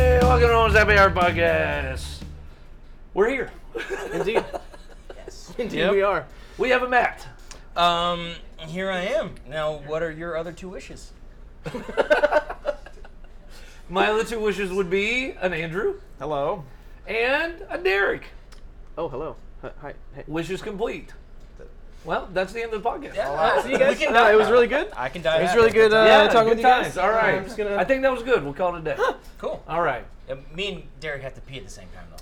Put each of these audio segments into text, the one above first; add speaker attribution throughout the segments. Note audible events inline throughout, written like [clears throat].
Speaker 1: Hello, Zebby Arbugus. We're here.
Speaker 2: Indeed.
Speaker 3: Yes.
Speaker 2: Indeed,
Speaker 4: Yep.
Speaker 2: we are.
Speaker 1: We have a mat.
Speaker 4: Um, here I am. Now, what are your other two wishes?
Speaker 1: My other two wishes would be an Andrew
Speaker 2: Hello.
Speaker 1: and a Derek.
Speaker 2: Oh, hello. Hi. hi. Hey.
Speaker 1: Wishes complete. Well, that's the end of the podcast.
Speaker 4: Yeah,
Speaker 2: See you guys.
Speaker 4: We can
Speaker 2: Uh,
Speaker 4: die
Speaker 2: it was
Speaker 4: now.
Speaker 2: really good.
Speaker 4: I can die.
Speaker 2: It was
Speaker 4: happy.
Speaker 2: really good uh,
Speaker 1: Yeah,
Speaker 2: talking
Speaker 1: good
Speaker 2: with you
Speaker 1: times.
Speaker 2: guys.
Speaker 1: All right.
Speaker 2: I'm just gonna.
Speaker 1: I think that was good. We'll call it a
Speaker 2: [laughs]
Speaker 1: day.
Speaker 4: Cool.
Speaker 1: All right.
Speaker 4: Uh, me and Derek have to pee at the same time, though,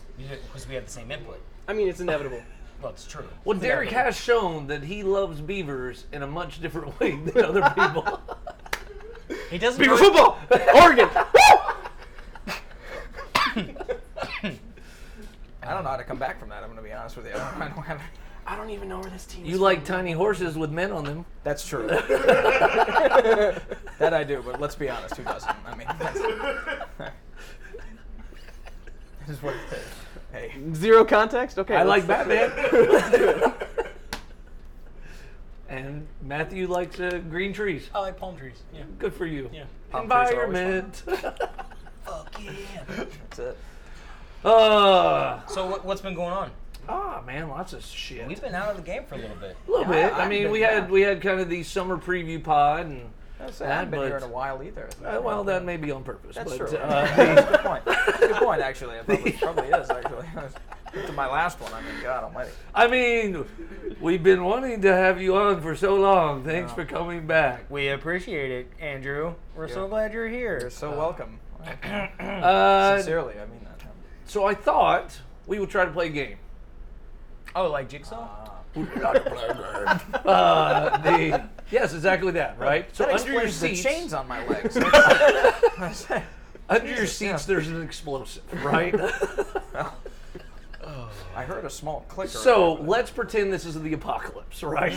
Speaker 4: because we have the same input.
Speaker 2: I mean, it's inevitable.
Speaker 4: Well, it's true.
Speaker 1: Well, Derek has shown that he loves beavers in a much different [laughs] way than other
Speaker 2: [laughs]
Speaker 1: people.
Speaker 4: He doesn't.
Speaker 2: Beaver
Speaker 4: really-
Speaker 2: football. [laughs] Oregon.
Speaker 3: I don't know how to come back from that. I'm going to be honest with you. I don't, I
Speaker 1: [laughs]
Speaker 3: don't have.
Speaker 2: I don't even know where this team.
Speaker 1: you like tiny horses with men on them.
Speaker 3: That's
Speaker 1: [laughs]
Speaker 3: true. that I do, but let's be honest. Who doesn't? I mean, that's, It is what it is. Hey,
Speaker 2: is. Zero context. Okay.
Speaker 1: I
Speaker 2: let's-
Speaker 1: like Batman. Let's do it. And Matthew likes uh, green trees.
Speaker 4: I like palm trees. Yeah.
Speaker 1: Good for you.
Speaker 4: Yeah.
Speaker 3: Palm trees are always fun.
Speaker 1: Environment. [laughs]
Speaker 4: Fuck yeah.
Speaker 3: that's it.
Speaker 1: uh,
Speaker 4: so what, what's been going on?
Speaker 1: ah, man, lots of shit.
Speaker 4: We've been out of the game for a little bit.
Speaker 1: A little bit. I,
Speaker 3: I've
Speaker 1: mean,
Speaker 3: been-
Speaker 1: we had we had kind of the summer preview pod, and
Speaker 3: That's it. I
Speaker 1: That
Speaker 3: haven't been here
Speaker 1: much.
Speaker 3: in a while either.
Speaker 1: uh, well, that may be on purpose.
Speaker 3: That's
Speaker 1: but,
Speaker 3: true.
Speaker 1: Uh, [laughs]
Speaker 3: [laughs] That's a good point. That's a good point, actually. It probably, probably is, actually. [laughs] to my last one, I mean, God almighty.
Speaker 1: I mean, we've been wanting to have you on for so long. Thanks for coming back.
Speaker 4: We appreciate it, Andrew. We're
Speaker 3: so
Speaker 4: glad you're
Speaker 3: You're
Speaker 4: here.
Speaker 3: so
Speaker 1: [clears throat]
Speaker 3: welcome.
Speaker 4: Hmm.
Speaker 1: Uh,
Speaker 3: Sincerely, I mean that.
Speaker 1: so I thought we would try to play a game.
Speaker 4: Oh, like Jigsaw?
Speaker 3: Uh,
Speaker 2: [laughs]
Speaker 1: Uh, the, yes, exactly that. Right. So
Speaker 3: That
Speaker 1: under your
Speaker 3: explains the
Speaker 1: seats,
Speaker 3: chains on
Speaker 1: [laughs]
Speaker 3: my legs.
Speaker 1: under your seats, there's an explosive, right?
Speaker 3: I heard a small clicker.
Speaker 1: so let's pretend this is the apocalypse, right?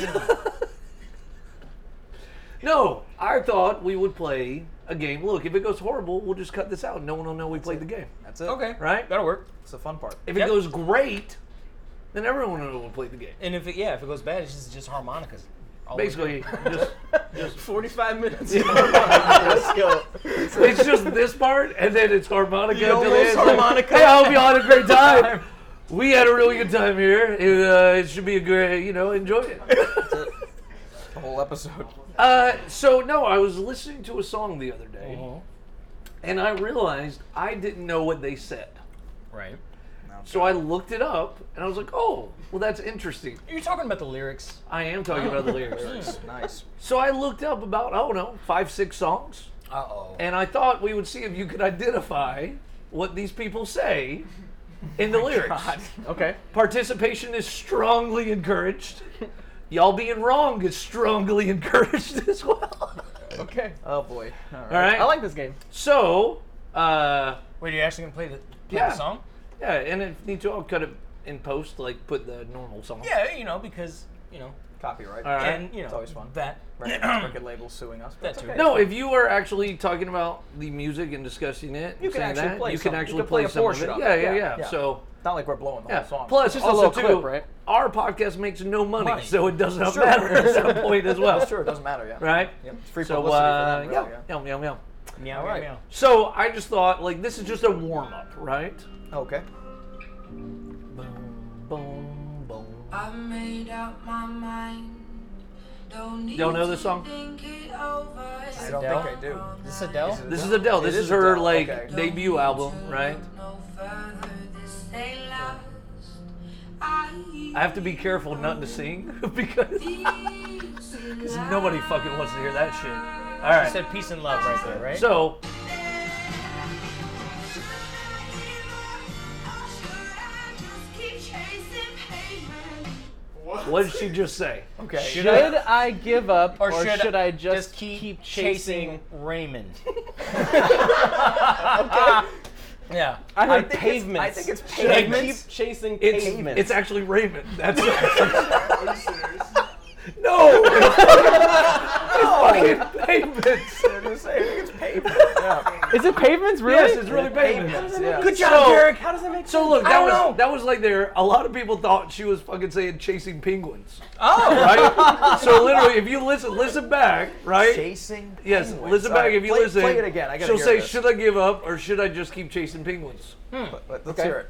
Speaker 1: no, I thought we would play a game. Look, if it goes horrible, we'll just cut this out. No one will know we played the game,
Speaker 3: That's it.
Speaker 4: Okay.
Speaker 1: right?
Speaker 4: That'll work.
Speaker 3: It's the fun part.
Speaker 1: If it
Speaker 4: Yep.
Speaker 1: goes great, then everyone will know we played the game.
Speaker 4: And if it, yeah, if it goes bad, it's just, just harmonicas. All the way
Speaker 1: Basically,
Speaker 4: through.
Speaker 1: just,
Speaker 2: Forty-five minutes. Let's go.
Speaker 1: it's just this part, and then it's harmonica.
Speaker 2: You
Speaker 1: until the
Speaker 2: almost
Speaker 1: end. It's like,
Speaker 2: harmonica.
Speaker 1: Hey, I hope y'all had a great time. We had a really good time here. It, uh, it should be a great, you know, enjoy it.
Speaker 3: The whole
Speaker 1: [laughs]
Speaker 3: episode.
Speaker 1: Uh, so no, I was listening to a song the other day, and I realized I didn't know what they said.
Speaker 4: right.
Speaker 1: So I looked it up, and I was like, "Oh, well, that's interesting."
Speaker 4: You're talking about the lyrics.
Speaker 1: I am talking about the lyrics.
Speaker 4: [laughs]
Speaker 3: Nice.
Speaker 1: So I looked up about I don't know five six songs,
Speaker 4: Uh oh.
Speaker 1: and I thought we would see if you could identify what these people say in the lyrics.
Speaker 2: Okay.
Speaker 1: Participation is strongly encouraged. Y'all being wrong is strongly [laughs] encouraged as well.
Speaker 2: Okay.
Speaker 3: Oh boy. All right.
Speaker 1: All right.
Speaker 2: I like this game.
Speaker 1: so. Uh,
Speaker 4: Wait, are you actually gonna play the, play
Speaker 1: Yeah.
Speaker 4: the song?
Speaker 1: Yeah, and if need to, I'll cut it in post, like put the normal song.
Speaker 4: Yeah, you know, because you know,
Speaker 3: Copyright.
Speaker 1: All right.
Speaker 4: and you know,
Speaker 3: It's always fun.
Speaker 4: that.
Speaker 3: Record, record labels suing us. But
Speaker 4: That
Speaker 3: it's
Speaker 4: too.
Speaker 3: okay.
Speaker 1: No, if you are actually talking about the music and discussing it,
Speaker 3: You can
Speaker 1: saying
Speaker 3: actually
Speaker 1: that,
Speaker 3: play
Speaker 1: you
Speaker 3: some-
Speaker 1: can
Speaker 3: you
Speaker 1: actually
Speaker 3: can play a
Speaker 1: some of
Speaker 3: portion
Speaker 1: it.
Speaker 3: of it.
Speaker 1: Yeah, yeah,
Speaker 3: Yeah,
Speaker 1: yeah,
Speaker 3: yeah.
Speaker 1: So
Speaker 3: Not like we're blowing the
Speaker 1: yeah.
Speaker 3: whole song.
Speaker 1: Plus,
Speaker 2: Just a
Speaker 1: also
Speaker 2: little
Speaker 1: too,
Speaker 2: clip, right?
Speaker 1: our podcast makes no money,
Speaker 4: Money.
Speaker 1: so it does not
Speaker 3: [laughs] Sure.
Speaker 1: matter at some
Speaker 3: [laughs]
Speaker 1: point as well.
Speaker 3: Sure, it doesn't matter. Yeah.
Speaker 1: Right.
Speaker 3: Yep. It's free
Speaker 1: So,
Speaker 3: publicity
Speaker 1: uh,
Speaker 3: for them.
Speaker 1: yeah,
Speaker 3: Really, yeah.
Speaker 1: yum, yum, yum.
Speaker 4: Meow,
Speaker 3: Alright.
Speaker 4: meow.
Speaker 1: So I just thought, like, this is just a warm up, right?
Speaker 3: Okay.
Speaker 1: Boom, boom, boom.
Speaker 5: I made up my mind. Don't need
Speaker 1: Y'all know this
Speaker 5: to
Speaker 1: song?
Speaker 5: think it over. It's
Speaker 3: I don't
Speaker 4: Adele?
Speaker 3: think I do.
Speaker 4: Is this Adele?
Speaker 1: This is Adele. This
Speaker 3: It
Speaker 1: is,
Speaker 3: is
Speaker 1: her
Speaker 3: Adele,
Speaker 1: like
Speaker 3: okay.
Speaker 1: debut album, right?
Speaker 5: No further this day last.
Speaker 1: I have to be careful not to sing [laughs] because
Speaker 5: Because
Speaker 1: nobody fucking wants to hear that shit. All right.
Speaker 4: I said peace and love right there, right?
Speaker 1: so, what did she just say?
Speaker 3: Okay.
Speaker 2: Should I give up or, should, I just,
Speaker 4: keep,
Speaker 2: chasing?
Speaker 4: Raymond? [laughs] Yeah.
Speaker 2: I
Speaker 3: I
Speaker 2: heard
Speaker 3: think
Speaker 2: pavements.
Speaker 3: It's, I think it's
Speaker 2: should I
Speaker 3: pavements.
Speaker 2: keep chasing
Speaker 1: It's
Speaker 2: pavements?
Speaker 1: it's actually
Speaker 3: [laughs]
Speaker 1: Raymond. That's no. It's fucking, it's fucking pavements.
Speaker 3: I was gonna say, I think it's pavement. Yeah.
Speaker 2: Is it pavements really?
Speaker 1: yes, it's really pavements.
Speaker 3: Pavements, yeah.
Speaker 4: Good job,
Speaker 1: So-
Speaker 4: Derek. How does that make sense?
Speaker 1: So look,
Speaker 4: I
Speaker 1: that
Speaker 4: don't
Speaker 1: was
Speaker 4: know.
Speaker 1: that was like there. A lot of people thought she was fucking saying chasing penguins,
Speaker 4: oh,
Speaker 1: right? so literally, if you listen, listen back, right?
Speaker 3: Chasing.
Speaker 1: yes,
Speaker 3: penguins.
Speaker 1: listen
Speaker 3: All
Speaker 1: back
Speaker 3: right,
Speaker 1: if you
Speaker 3: play,
Speaker 1: listen.
Speaker 3: Play it again. I gotta
Speaker 1: she'll
Speaker 3: hear
Speaker 1: say,
Speaker 3: this.
Speaker 1: "Should I give up or should I just keep chasing penguins?"
Speaker 3: Let- Let's
Speaker 2: Okay.
Speaker 3: hear it.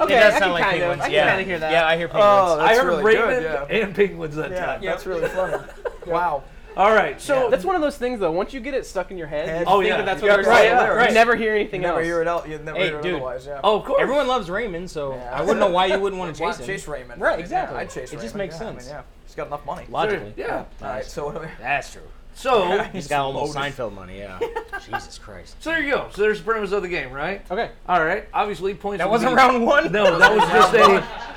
Speaker 2: Okay,
Speaker 4: it does
Speaker 2: I
Speaker 4: sound
Speaker 2: can
Speaker 4: like
Speaker 2: kind
Speaker 4: penguins.
Speaker 2: of. I can
Speaker 4: yeah.
Speaker 2: kind of hear that.
Speaker 4: Yeah, I hear penguins.
Speaker 3: Oh, that's
Speaker 1: I heard
Speaker 3: really
Speaker 1: Raymond
Speaker 3: good. Yeah.
Speaker 1: and penguins that
Speaker 3: Yeah,
Speaker 1: time. [laughs]
Speaker 3: that's really funny. Wow.
Speaker 1: All right, so
Speaker 2: That's one of those things though. Once you get it stuck in your head,
Speaker 3: Head.
Speaker 2: you
Speaker 1: Oh,
Speaker 2: think
Speaker 1: yeah.
Speaker 2: that that's
Speaker 1: You
Speaker 2: what
Speaker 3: got
Speaker 2: they're
Speaker 3: it right
Speaker 2: saying.
Speaker 3: there.
Speaker 2: You
Speaker 4: Right.
Speaker 2: never hear anything
Speaker 3: You never
Speaker 2: else.
Speaker 3: hear it out. You never
Speaker 4: Hey,
Speaker 3: hear it
Speaker 4: dude.
Speaker 3: otherwise. Yeah.
Speaker 1: oh, of course,
Speaker 4: Everyone loves Raymond, so
Speaker 3: Yeah.
Speaker 4: I wouldn't know why you wouldn't want to
Speaker 3: [laughs] Why
Speaker 4: chase him.
Speaker 3: chase Raymond.
Speaker 4: Right,
Speaker 3: I mean, yeah,
Speaker 4: exactly.
Speaker 3: I'd chase
Speaker 4: It
Speaker 3: Raymond.
Speaker 4: just makes
Speaker 3: yeah, I mean,
Speaker 4: sense.
Speaker 3: yeah. He's got enough money.
Speaker 4: Logically.
Speaker 1: Yeah.
Speaker 3: All right, so what do we?
Speaker 4: That's true.
Speaker 1: So,
Speaker 4: He's got a little
Speaker 3: loaded.
Speaker 4: Seinfeld money, yeah. Jesus Christ.
Speaker 1: so there you go. So there's the premise of the game, right?
Speaker 2: Okay.
Speaker 1: All right. Obviously, points.
Speaker 4: That
Speaker 1: will
Speaker 4: wasn't
Speaker 1: be-
Speaker 4: round one?
Speaker 1: No, that was just a.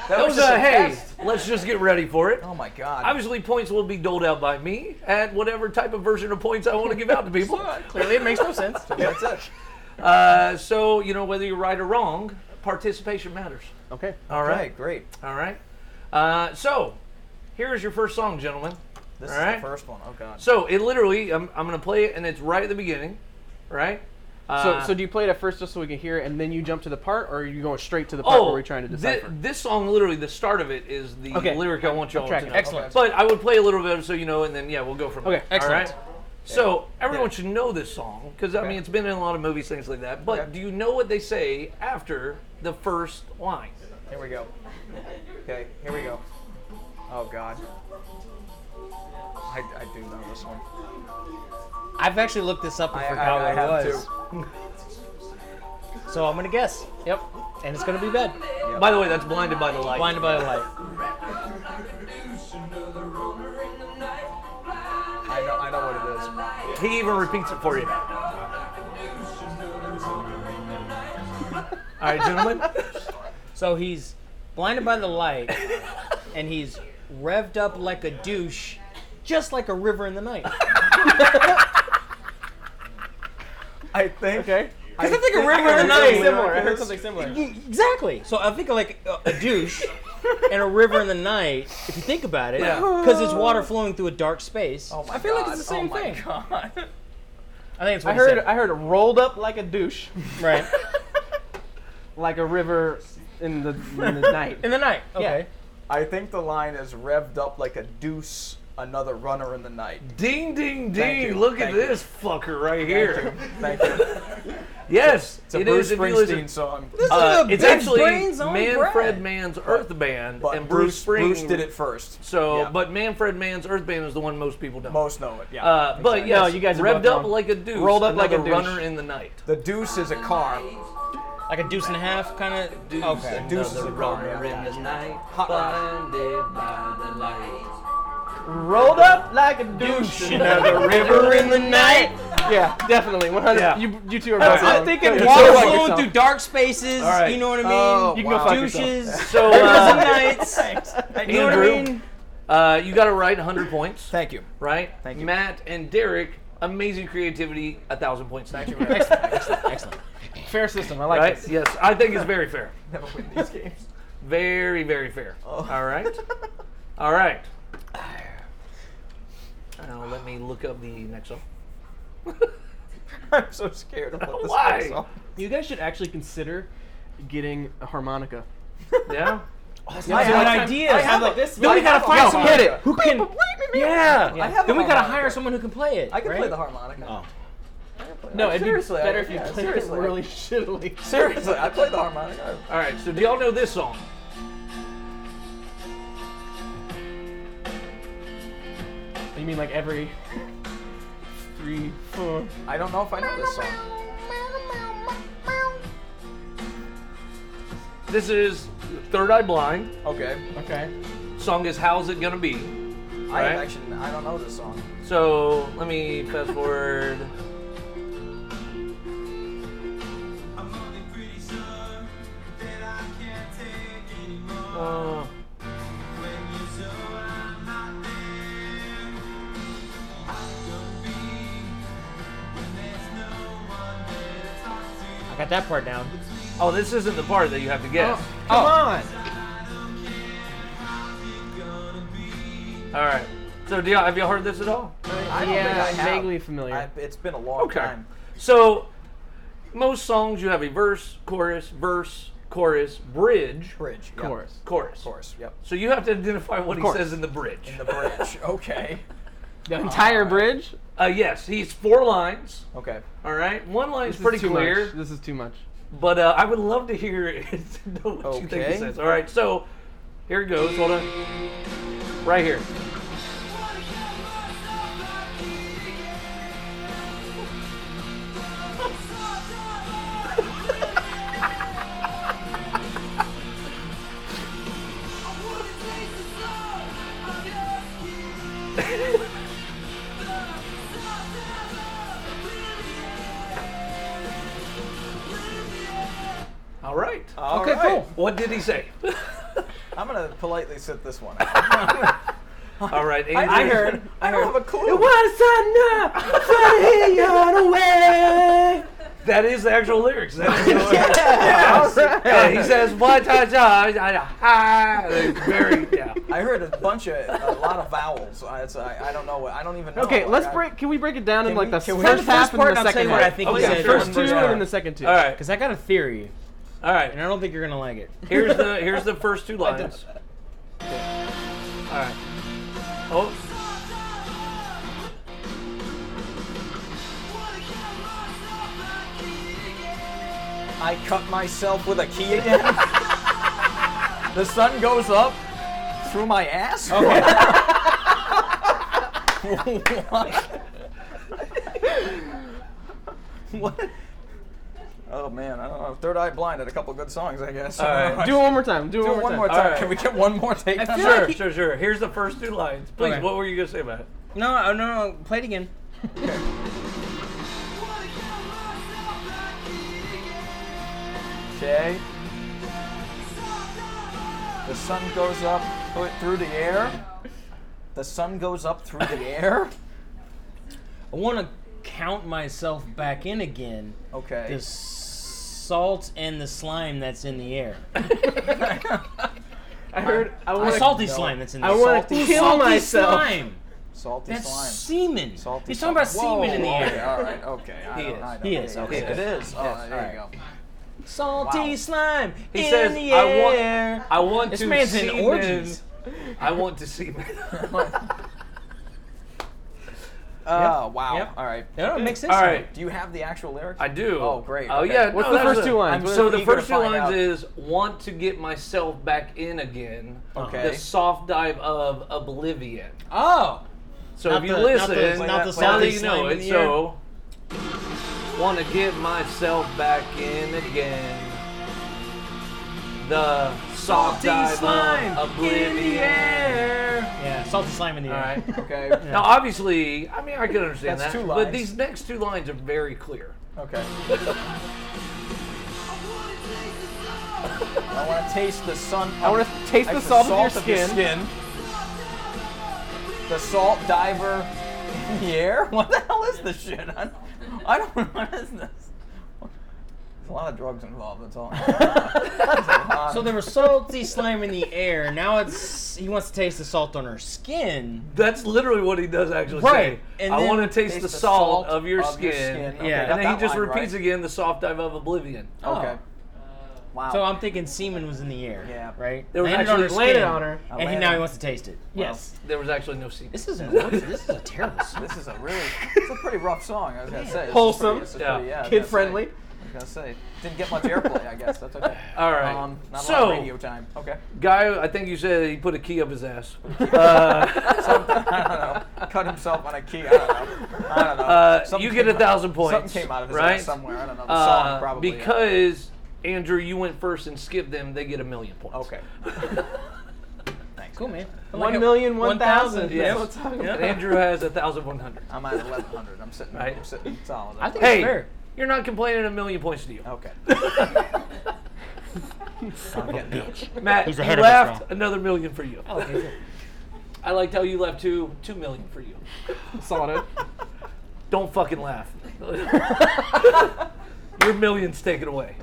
Speaker 1: That, was,
Speaker 3: just
Speaker 1: a, hey.
Speaker 3: test.
Speaker 1: Let's just get ready for it.
Speaker 3: Oh my God.
Speaker 1: Obviously, points will be doled out by me at whatever type of version of points I want to give out to people.
Speaker 2: Clearly, it makes no sense.
Speaker 3: That's it.
Speaker 1: Uh, so you know whether you're right or wrong, participation matters.
Speaker 2: Okay.
Speaker 1: All
Speaker 3: All
Speaker 1: [laughs] right.
Speaker 3: right, great.
Speaker 1: All right. Uh, so here is your first song, gentlemen.
Speaker 3: This
Speaker 1: All
Speaker 3: is
Speaker 1: right.
Speaker 3: the first one. Oh God.
Speaker 1: So it literally, I'm, I'm gonna play it, and it's right at the beginning, right?
Speaker 2: So,
Speaker 1: Uh,
Speaker 2: so do you play it at first just so we can hear it, and then you jump to the part, or are you going straight to the part
Speaker 1: oh,
Speaker 2: where we're trying to
Speaker 1: thi-
Speaker 2: decipher?
Speaker 1: this song literally, the start of it is the
Speaker 2: Okay.
Speaker 1: lyric I want y'all to
Speaker 2: tracking.
Speaker 1: know.
Speaker 4: Excellent.
Speaker 1: But I would play a little bit so you know, and then yeah, we'll go from
Speaker 2: Okay,
Speaker 1: there.
Speaker 4: excellent.
Speaker 1: All right. So everyone should know this song because I mean it's been in a lot of movies, things like that. But
Speaker 3: Okay.
Speaker 1: do you know what they say after the first line?
Speaker 3: Here we go. Okay, here we go. Oh God. I, I do know this one.
Speaker 4: I've actually looked this up and
Speaker 3: I,
Speaker 4: forgot
Speaker 3: I, I
Speaker 4: what it
Speaker 3: have
Speaker 4: was.
Speaker 3: to.
Speaker 4: So I'm gonna guess. Yep. And it's gonna be bad.
Speaker 1: By the way, that's blinded by the light.
Speaker 4: Blinded by the light.
Speaker 3: I know I know what it is.
Speaker 1: He even repeats it for you. All right, gentlemen.
Speaker 4: So he's blinded by the light, and he's revved up like a douche, just like a river in the night.
Speaker 3: I think.
Speaker 2: okay.
Speaker 3: I
Speaker 4: I think a
Speaker 3: I
Speaker 4: river in
Speaker 3: heard
Speaker 4: the night.
Speaker 3: something
Speaker 2: Similar. I heard
Speaker 3: It's-
Speaker 2: something similar.
Speaker 4: Exactly. So I think like a, a douche and a river in the night. If you think about it,
Speaker 1: Yeah.
Speaker 4: because it's water flowing through a dark space.
Speaker 3: Oh my
Speaker 4: I feel like
Speaker 3: God.
Speaker 4: it's the same
Speaker 3: Oh my
Speaker 4: thing.
Speaker 3: God.
Speaker 4: I think it's what
Speaker 2: I
Speaker 4: he
Speaker 2: heard.
Speaker 4: said.
Speaker 2: I heard rolled up like a douche,
Speaker 4: right
Speaker 2: like a river in the, in [laughs] the night.
Speaker 4: in the night. Okay.
Speaker 3: [laughs] I think the line is revved up like a deuce, another runner in the night.
Speaker 1: Ding, ding,
Speaker 3: Thank
Speaker 1: ding.
Speaker 3: you,
Speaker 1: Look at
Speaker 3: thank you.
Speaker 1: this fucker right
Speaker 3: [laughs]
Speaker 1: here.
Speaker 3: Thank you.
Speaker 1: Yes,
Speaker 3: It's a
Speaker 1: it
Speaker 3: Bruce
Speaker 1: is, if you
Speaker 3: Springsteen
Speaker 1: listen-
Speaker 3: song.
Speaker 1: [laughs] Uh,
Speaker 4: Look at the
Speaker 1: it's
Speaker 4: big
Speaker 1: actually
Speaker 4: brains on
Speaker 1: Manfred
Speaker 4: Brad.
Speaker 1: Mann's Earth Band
Speaker 3: but
Speaker 1: and Bruce Springsteen.
Speaker 3: Bruce did it first.
Speaker 1: So,
Speaker 3: Yeah.
Speaker 1: but Manfred Mann's Earth Band is the one most people don't.
Speaker 3: Most know it. Yeah.
Speaker 1: uh, but yes,
Speaker 2: No, you guys are
Speaker 1: revved
Speaker 2: both
Speaker 1: up
Speaker 2: wrong.
Speaker 1: like a douche,
Speaker 2: Rolled up like a
Speaker 1: another
Speaker 2: douche.
Speaker 1: runner in the night.
Speaker 3: the deuce is a [laughs] car.
Speaker 4: Like a deuce and a half kind of.
Speaker 1: Deuce,
Speaker 4: Okay.
Speaker 3: Deuce is a car.
Speaker 1: runner in
Speaker 3: Yeah.
Speaker 1: the night,
Speaker 3: Hot rod.
Speaker 1: blinded by the light.
Speaker 2: Rolled up like a douche.
Speaker 4: Another river in the night.
Speaker 2: yeah, definitely. 100.
Speaker 1: Yeah.
Speaker 2: You, you two are
Speaker 4: That's
Speaker 2: both
Speaker 4: what
Speaker 2: wrong.
Speaker 4: I'm thinking.
Speaker 2: You're
Speaker 4: Water
Speaker 2: so fucking
Speaker 4: flowing
Speaker 2: dumb.
Speaker 4: through dark spaces.
Speaker 1: right.
Speaker 4: You know what I mean?
Speaker 3: Oh,
Speaker 2: You can go
Speaker 3: wow.
Speaker 2: fuck yourself.
Speaker 4: Douches.
Speaker 1: So,
Speaker 4: rivers and
Speaker 1: uh,
Speaker 4: nights. You know what I
Speaker 1: Andrew.
Speaker 4: mean?
Speaker 1: uh, you got it right, 100 points,
Speaker 3: Thank you.
Speaker 1: right?
Speaker 3: Thank you.
Speaker 1: Matt and Derek, amazing creativity, 1,000 points. Thank [laughs] you.
Speaker 4: Excellent.
Speaker 2: Fair system. I like
Speaker 1: Right?
Speaker 2: this.
Speaker 1: Yes, I think it's very fair.
Speaker 3: Never win these games. [laughs]
Speaker 1: Very, very fair. All right. All right. Now Uh, let me look up the next one.
Speaker 3: I'm so scared of what this
Speaker 1: Why?
Speaker 3: is. all-
Speaker 2: You guys should actually consider getting a harmonica.
Speaker 1: Yeah.
Speaker 3: I
Speaker 4: That's an
Speaker 3: have-
Speaker 4: idea.
Speaker 3: I have
Speaker 4: I'm
Speaker 3: a- this-
Speaker 4: Then
Speaker 3: I
Speaker 4: we gotta
Speaker 3: have a
Speaker 4: find
Speaker 3: harmonica.
Speaker 4: someone
Speaker 2: Get it.
Speaker 4: who can. [laughs] Yeah.
Speaker 3: I have
Speaker 4: Then
Speaker 3: a
Speaker 4: we gotta
Speaker 3: harmonica.
Speaker 4: hire someone who can play it.
Speaker 3: I can
Speaker 4: right?
Speaker 3: play the harmonica.
Speaker 4: Oh.
Speaker 2: No, it'd
Speaker 3: Seriously,
Speaker 2: be
Speaker 3: I-
Speaker 2: better if you
Speaker 3: yeah,
Speaker 2: played
Speaker 3: seriously.
Speaker 2: it really shittily.
Speaker 3: Seriously, I play the harmonica.
Speaker 1: All right. So do y'all know this song?
Speaker 2: You mean like every three, four?
Speaker 3: I don't know if I know this song.
Speaker 1: This is Third Eye Blind.
Speaker 3: Okay.
Speaker 2: Okay.
Speaker 1: Song is How's It Gonna Be?
Speaker 3: I
Speaker 1: Right.
Speaker 3: actually I don't know this song.
Speaker 1: So let me fast forward. Uh,
Speaker 4: I I got that part down.
Speaker 1: Oh, this isn't the part that you have to guess.
Speaker 4: Oh.
Speaker 2: Come on.
Speaker 1: All right. So, do y'all, have y'all heard this at all?
Speaker 3: I don't think
Speaker 2: yeah,
Speaker 3: I have.
Speaker 2: vaguely familiar.
Speaker 3: I, it's been a long
Speaker 1: Okay.
Speaker 3: time.
Speaker 1: So, most songs you have a verse, chorus, verse, chorus, bridge,
Speaker 3: Bridge. Yep.
Speaker 2: Chorus.
Speaker 1: chorus.
Speaker 3: Chorus. Yep.
Speaker 1: So you have to identify what he
Speaker 2: course.
Speaker 1: says in the bridge.
Speaker 3: In the bridge. [laughs] okay.
Speaker 2: The entire bridge.
Speaker 1: uh, yes, he's four lines.
Speaker 3: Okay.
Speaker 1: All right, one line's
Speaker 2: This is
Speaker 1: pretty
Speaker 2: too
Speaker 1: clear,
Speaker 2: Much. This is too much.
Speaker 1: but uh, I would love to hear it, [laughs] to know what you think he
Speaker 3: Okay.
Speaker 1: says. All right, so here it goes. Hold on, right here. All right.
Speaker 3: All
Speaker 2: okay,
Speaker 3: right.
Speaker 2: cool. [laughs]
Speaker 1: What did he
Speaker 3: [laughs]
Speaker 1: say?
Speaker 3: I'm gonna politely sit
Speaker 2: [laughs]
Speaker 3: this one.
Speaker 1: All right, Andrew.
Speaker 3: I heard. I don't have a clue.
Speaker 1: [laughs] That is the actual lyrics. That
Speaker 3: [laughs]
Speaker 1: is the yeah, he says what? I- I- I- It's very yeah.
Speaker 3: I heard a bunch of a lot of vowels. I, it's, I, I don't know what. I don't even know.
Speaker 2: Okay,
Speaker 3: Like,
Speaker 2: let's
Speaker 3: I-
Speaker 2: break. Can we break it down in
Speaker 3: Can
Speaker 2: like
Speaker 3: we-
Speaker 2: the
Speaker 3: can we-
Speaker 2: first
Speaker 3: First
Speaker 2: half and
Speaker 4: part,
Speaker 2: the
Speaker 4: I'll tell
Speaker 2: second
Speaker 4: you what I
Speaker 2: half?
Speaker 4: think
Speaker 1: he
Speaker 2: okay,
Speaker 1: said.
Speaker 2: first
Speaker 1: First
Speaker 2: two and
Speaker 1: part.
Speaker 2: then the second two.
Speaker 1: All right.
Speaker 4: Because I got a theory,
Speaker 1: All
Speaker 4: and
Speaker 1: right.
Speaker 4: I don't think you're gonna like it.
Speaker 1: Here's the here's the first two lines. All right. Oh,
Speaker 3: I cut myself with a key again. the sun goes up through my ass. Okay. what? [laughs] what? Oh man, I don't know. Third Eye Blind had a couple good songs, I guess.
Speaker 1: All
Speaker 3: [laughs]
Speaker 1: right.
Speaker 2: Do it one more time. Do it
Speaker 3: Do
Speaker 2: one more time.
Speaker 1: time. All right.
Speaker 3: Can we get one more take? on
Speaker 4: feel
Speaker 3: that?
Speaker 1: sure, sure, sure. Here's the first two lines. Please,
Speaker 4: Okay.
Speaker 1: what were you gonna say about it?
Speaker 4: No, no, no. no, Play it again.
Speaker 3: Okay. The sun goes up thro- through the air. The sun goes up through the air.
Speaker 4: I want to count myself back in again.
Speaker 3: Okay.
Speaker 4: The salt and the slime that's in the air.
Speaker 2: I heard. I
Speaker 4: The
Speaker 2: want.
Speaker 4: salty
Speaker 3: no.
Speaker 4: slime that's in the
Speaker 2: I
Speaker 4: air.
Speaker 2: want to
Speaker 4: Salty
Speaker 2: kill myself.
Speaker 4: slime.
Speaker 3: Salty
Speaker 4: That's
Speaker 3: slime.
Speaker 4: semen.
Speaker 3: Salty
Speaker 4: He's talking about
Speaker 3: slime. Whoa, Oh,
Speaker 4: semen in the
Speaker 3: okay,
Speaker 4: air.
Speaker 3: All right. Okay. I
Speaker 1: He
Speaker 3: don't-
Speaker 1: is.
Speaker 3: I don't-
Speaker 4: He is, okay,
Speaker 3: It
Speaker 4: good.
Speaker 3: is. All right. There
Speaker 4: all
Speaker 3: you go.
Speaker 4: Salty
Speaker 3: Wow.
Speaker 4: slime
Speaker 1: He
Speaker 4: in
Speaker 1: says,
Speaker 4: the
Speaker 1: "I want-
Speaker 4: air.
Speaker 1: I want
Speaker 4: This
Speaker 1: to
Speaker 4: man's
Speaker 1: see
Speaker 4: in
Speaker 1: men-
Speaker 4: orgies.
Speaker 1: I want to see men. All
Speaker 3: Oh wow.
Speaker 4: Yep.
Speaker 3: All right.
Speaker 4: No, no, it makes sense. to me.
Speaker 1: right,
Speaker 3: Do you have the actual lyrics?
Speaker 1: I do.
Speaker 3: Oh, great,
Speaker 1: Oh
Speaker 3: okay.
Speaker 1: yeah.
Speaker 2: What's
Speaker 1: no,
Speaker 2: the
Speaker 1: that's
Speaker 2: first
Speaker 1: a-
Speaker 2: two lines?
Speaker 3: I'm
Speaker 2: What
Speaker 1: So
Speaker 2: is-
Speaker 1: the
Speaker 3: eager to
Speaker 1: first two
Speaker 3: find
Speaker 1: lines
Speaker 3: out.
Speaker 1: is want to get myself back in again.
Speaker 3: Okay.
Speaker 1: The soft dive of oblivion.
Speaker 4: Oh.
Speaker 1: So if
Speaker 4: Not
Speaker 1: you
Speaker 4: the- not
Speaker 1: listen,
Speaker 4: the-
Speaker 3: not the
Speaker 1: now that
Speaker 4: salty
Speaker 1: you know
Speaker 4: slime in
Speaker 1: it.
Speaker 4: the
Speaker 1: So want to get myself back in again. The soft dive of oblivion.
Speaker 4: air. Yeah, salty slime in the
Speaker 1: All
Speaker 4: air. [laughs]
Speaker 1: right.
Speaker 3: Okay.
Speaker 1: Now, obviously, I mean, I could understand
Speaker 3: That's
Speaker 1: that,
Speaker 3: two
Speaker 1: but
Speaker 3: lines.
Speaker 1: these next two lines are very clear.
Speaker 3: Okay. I want to taste the sun.
Speaker 2: I want to taste the salt, of your skin.
Speaker 3: The salt diver in the air? [laughs] What the hell is this shit? I don't, I don't know what is this. There's a lot of drugs involved, that's all.
Speaker 4: So there was salty slime in the air. Now it's he wants to taste the salt on her skin.
Speaker 1: That's literally what he does actually say.
Speaker 4: Right. And
Speaker 1: I
Speaker 4: then
Speaker 1: want to taste, the salt, of your skin.
Speaker 4: Yeah.
Speaker 3: got
Speaker 1: And then he
Speaker 3: that
Speaker 1: just
Speaker 3: line
Speaker 1: repeats
Speaker 3: right.
Speaker 1: again the soft dive of oblivion.
Speaker 3: Okay. Wow.
Speaker 4: So I'm thinking semen was in the air.
Speaker 3: Yeah.
Speaker 4: Right.
Speaker 1: There was
Speaker 4: landed
Speaker 1: actually-
Speaker 4: on her skin,
Speaker 2: Landed on her.
Speaker 4: and he, now he wants to taste it.
Speaker 2: Yes.
Speaker 1: There was actually no secret.
Speaker 4: This isn't. This is a terrible. Smell.
Speaker 3: This is a really, it's a pretty rough song. I was gonna say, It's a
Speaker 2: Wholesome.
Speaker 3: pretty- it's a
Speaker 1: Yeah.
Speaker 3: pretty- I was gonna
Speaker 2: Kid
Speaker 3: say.
Speaker 2: friendly.
Speaker 3: I was gonna say, didn't get much airplay. I guess that's okay.
Speaker 1: [laughs] All right.
Speaker 3: Um, not a lot
Speaker 1: so,
Speaker 3: of radio time. Okay. [laughs]
Speaker 1: guy, I think you said he put a key up his ass.
Speaker 3: Cut himself on a key. I don't know. I don't know.
Speaker 1: Uh,
Speaker 3: Something
Speaker 1: you get a
Speaker 3: came out-
Speaker 1: thousand points.
Speaker 3: Something came out of his
Speaker 1: right?
Speaker 3: ass somewhere. I don't know. The
Speaker 1: Uh,
Speaker 3: song probably. yeah.
Speaker 1: because Andrew, you went first and skipped them. They get a million points.
Speaker 3: Okay.
Speaker 4: Cool man. I like
Speaker 2: One
Speaker 4: it.
Speaker 2: million, one thousand.
Speaker 4: 1,000.
Speaker 1: Yes.
Speaker 2: That's what I'm talking
Speaker 1: And
Speaker 2: about.
Speaker 1: Andrew has a thousand one hundred.
Speaker 3: [laughs] I'm at 1100. I'm sitting.
Speaker 1: Right.
Speaker 3: I'm sitting solid.
Speaker 4: I think
Speaker 1: Hey,
Speaker 4: it's fair.
Speaker 1: you're not complaining a million points to you. [laughs]
Speaker 3: Okay.
Speaker 1: Matt,
Speaker 4: He's
Speaker 1: you
Speaker 4: ahead of us
Speaker 1: left
Speaker 4: now.
Speaker 1: another million for you.
Speaker 3: Oh,
Speaker 1: I liked how you left two two million for you.
Speaker 2: Solid.
Speaker 1: Don't fucking laugh. Your million's taken away.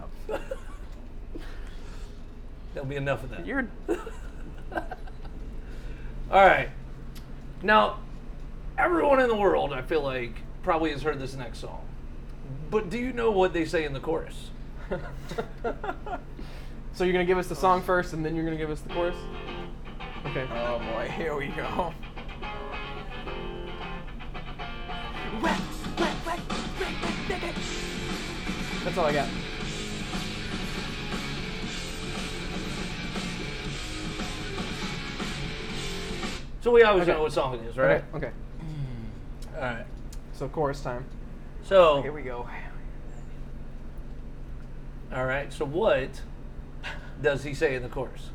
Speaker 1: There'll be enough of that.
Speaker 2: [laughs] You're
Speaker 1: All right. Now, everyone in the world, I feel like, probably has heard this next song. But do you know what they say in the chorus?
Speaker 2: So you're gonna give us the song first, and then you're gonna give us the chorus. Okay.
Speaker 3: Oh boy, here we go.
Speaker 2: That's all I got.
Speaker 1: So we always
Speaker 2: Okay.
Speaker 1: know what song it is, right?
Speaker 2: Okay. Okay.
Speaker 1: All right.
Speaker 2: So chorus time.
Speaker 1: So,
Speaker 3: Here we go.
Speaker 1: all right. So what does he say in the chorus?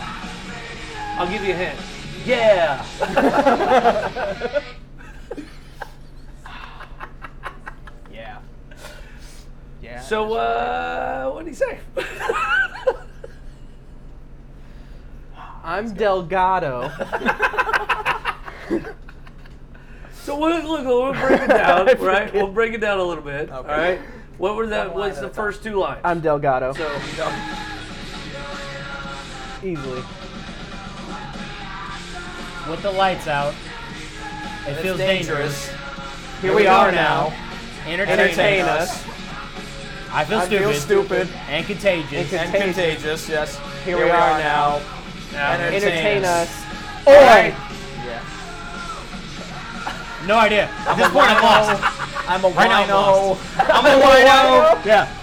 Speaker 1: I'll give you a hint. Yeah.
Speaker 3: Yeah. [laughs] Yeah.
Speaker 1: So, uh, what did he say? [laughs]
Speaker 2: I'm Delgado. [laughs]
Speaker 1: so what? Look, we'll break it
Speaker 3: [laughs]
Speaker 1: down,
Speaker 2: I
Speaker 1: right?
Speaker 2: forget.
Speaker 1: We'll break it down a little bit. All right. What were that?
Speaker 3: One line
Speaker 1: What's
Speaker 3: at
Speaker 1: the
Speaker 3: a time.
Speaker 1: first two lines?
Speaker 2: I'm Delgado.
Speaker 3: [laughs]
Speaker 1: so
Speaker 2: Easily.
Speaker 4: With the lights out, it feels dangerous.
Speaker 2: Here we are now.
Speaker 4: Entertain,
Speaker 2: Entertain
Speaker 4: us.
Speaker 2: us.
Speaker 4: I feel
Speaker 2: I
Speaker 4: stupid.
Speaker 2: feel stupid.
Speaker 4: And contagious.
Speaker 2: And
Speaker 3: And contagious, yes.
Speaker 2: Here we are now.
Speaker 3: Entertain,
Speaker 2: Entertain us.
Speaker 3: Alright.
Speaker 2: Oi!
Speaker 3: Yeah.
Speaker 4: no idea. At this
Speaker 3: a
Speaker 4: point, I'm
Speaker 3: wino.
Speaker 4: lost.
Speaker 3: I'm a
Speaker 4: Right now, I'm
Speaker 3: wino.
Speaker 4: lost.
Speaker 3: I'm a wino.
Speaker 4: Yeah.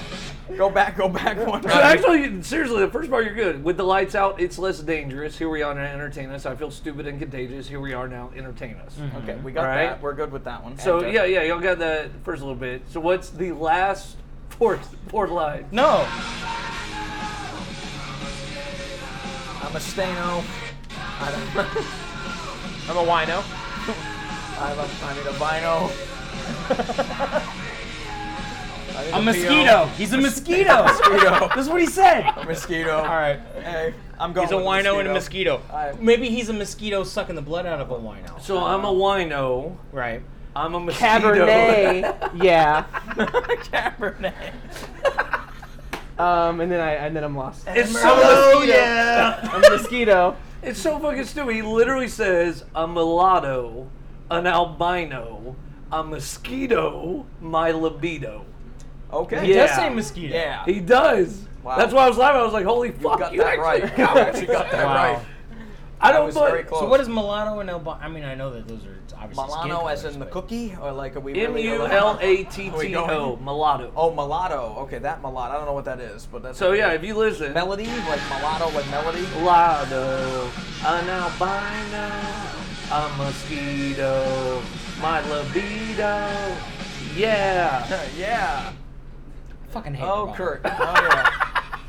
Speaker 3: Go back, go back one
Speaker 1: So
Speaker 3: round.
Speaker 1: actually, seriously, the first part you're good. With the lights out, it's less dangerous. Here we are now, entertain us. I feel stupid and contagious. Here we are now, entertain us.
Speaker 3: Okay, we got
Speaker 1: Alright.
Speaker 3: that. We're good with that one. uh,
Speaker 1: So
Speaker 3: Okay.
Speaker 1: yeah, yeah, y'all got that first little bit. So what's the last [laughs] four four lines?
Speaker 4: No.
Speaker 3: I'm a steno. I don't know.
Speaker 2: I'm a wino.
Speaker 3: I'm a, I need a vino. [laughs] I need
Speaker 4: A mosquito.
Speaker 3: Pio.
Speaker 4: He's a mosquito.
Speaker 3: Mosquito.
Speaker 4: [laughs] That's what he said.
Speaker 3: A mosquito.
Speaker 4: All right.
Speaker 3: Hey, I'm going
Speaker 4: He's a
Speaker 3: with
Speaker 4: wino and a mosquito.
Speaker 3: Alright.
Speaker 4: Maybe he's a mosquito sucking the blood out of a wino.
Speaker 1: So I'm a wino.
Speaker 4: Right.
Speaker 1: I'm a mosquito.
Speaker 3: [laughs]
Speaker 2: Cabernet. yeah. [laughs]
Speaker 3: Cabernet.
Speaker 2: Um, and then I and then I'm lost. [laughs]
Speaker 1: It's so
Speaker 3: Oh,
Speaker 1: mosquito.
Speaker 3: yeah.
Speaker 2: I'm mosquito.
Speaker 1: It's so fucking stupid. He literally says a mulatto, an albino, a mosquito, my libido.
Speaker 3: Okay.
Speaker 4: He
Speaker 1: Yeah.
Speaker 4: does say mosquito.
Speaker 3: Yeah.
Speaker 1: He does.
Speaker 3: Wow.
Speaker 1: That's why I was laughing. I was like, "Holy fuck,
Speaker 3: got
Speaker 1: you
Speaker 3: that
Speaker 1: actually [laughs]
Speaker 3: right.
Speaker 1: got
Speaker 3: You
Speaker 1: it.
Speaker 3: actually got that
Speaker 4: Wow.
Speaker 3: right.
Speaker 1: I don't.
Speaker 3: was
Speaker 1: but-
Speaker 3: very close.
Speaker 4: So what is mulatto and albino? I mean, I know that those are obviously skin
Speaker 3: Milano as
Speaker 4: colors,
Speaker 3: in the
Speaker 4: but-
Speaker 3: cookie, or like are we
Speaker 1: M
Speaker 3: really
Speaker 1: U
Speaker 3: allowed-
Speaker 1: L A T
Speaker 3: Are we
Speaker 1: T O,
Speaker 3: going-
Speaker 1: mulatto.
Speaker 3: Oh, mulatto. Okay, that mulatto. I don't know what that is, but that's
Speaker 1: So yeah, if you listen,
Speaker 3: melody like mulatto like melody.
Speaker 1: mulatto, an albino, a mosquito, my libido, yeah.
Speaker 3: yeah.
Speaker 4: Fucking hate
Speaker 3: Oh,
Speaker 4: Nirvana.
Speaker 3: Kurt. Oh yeah.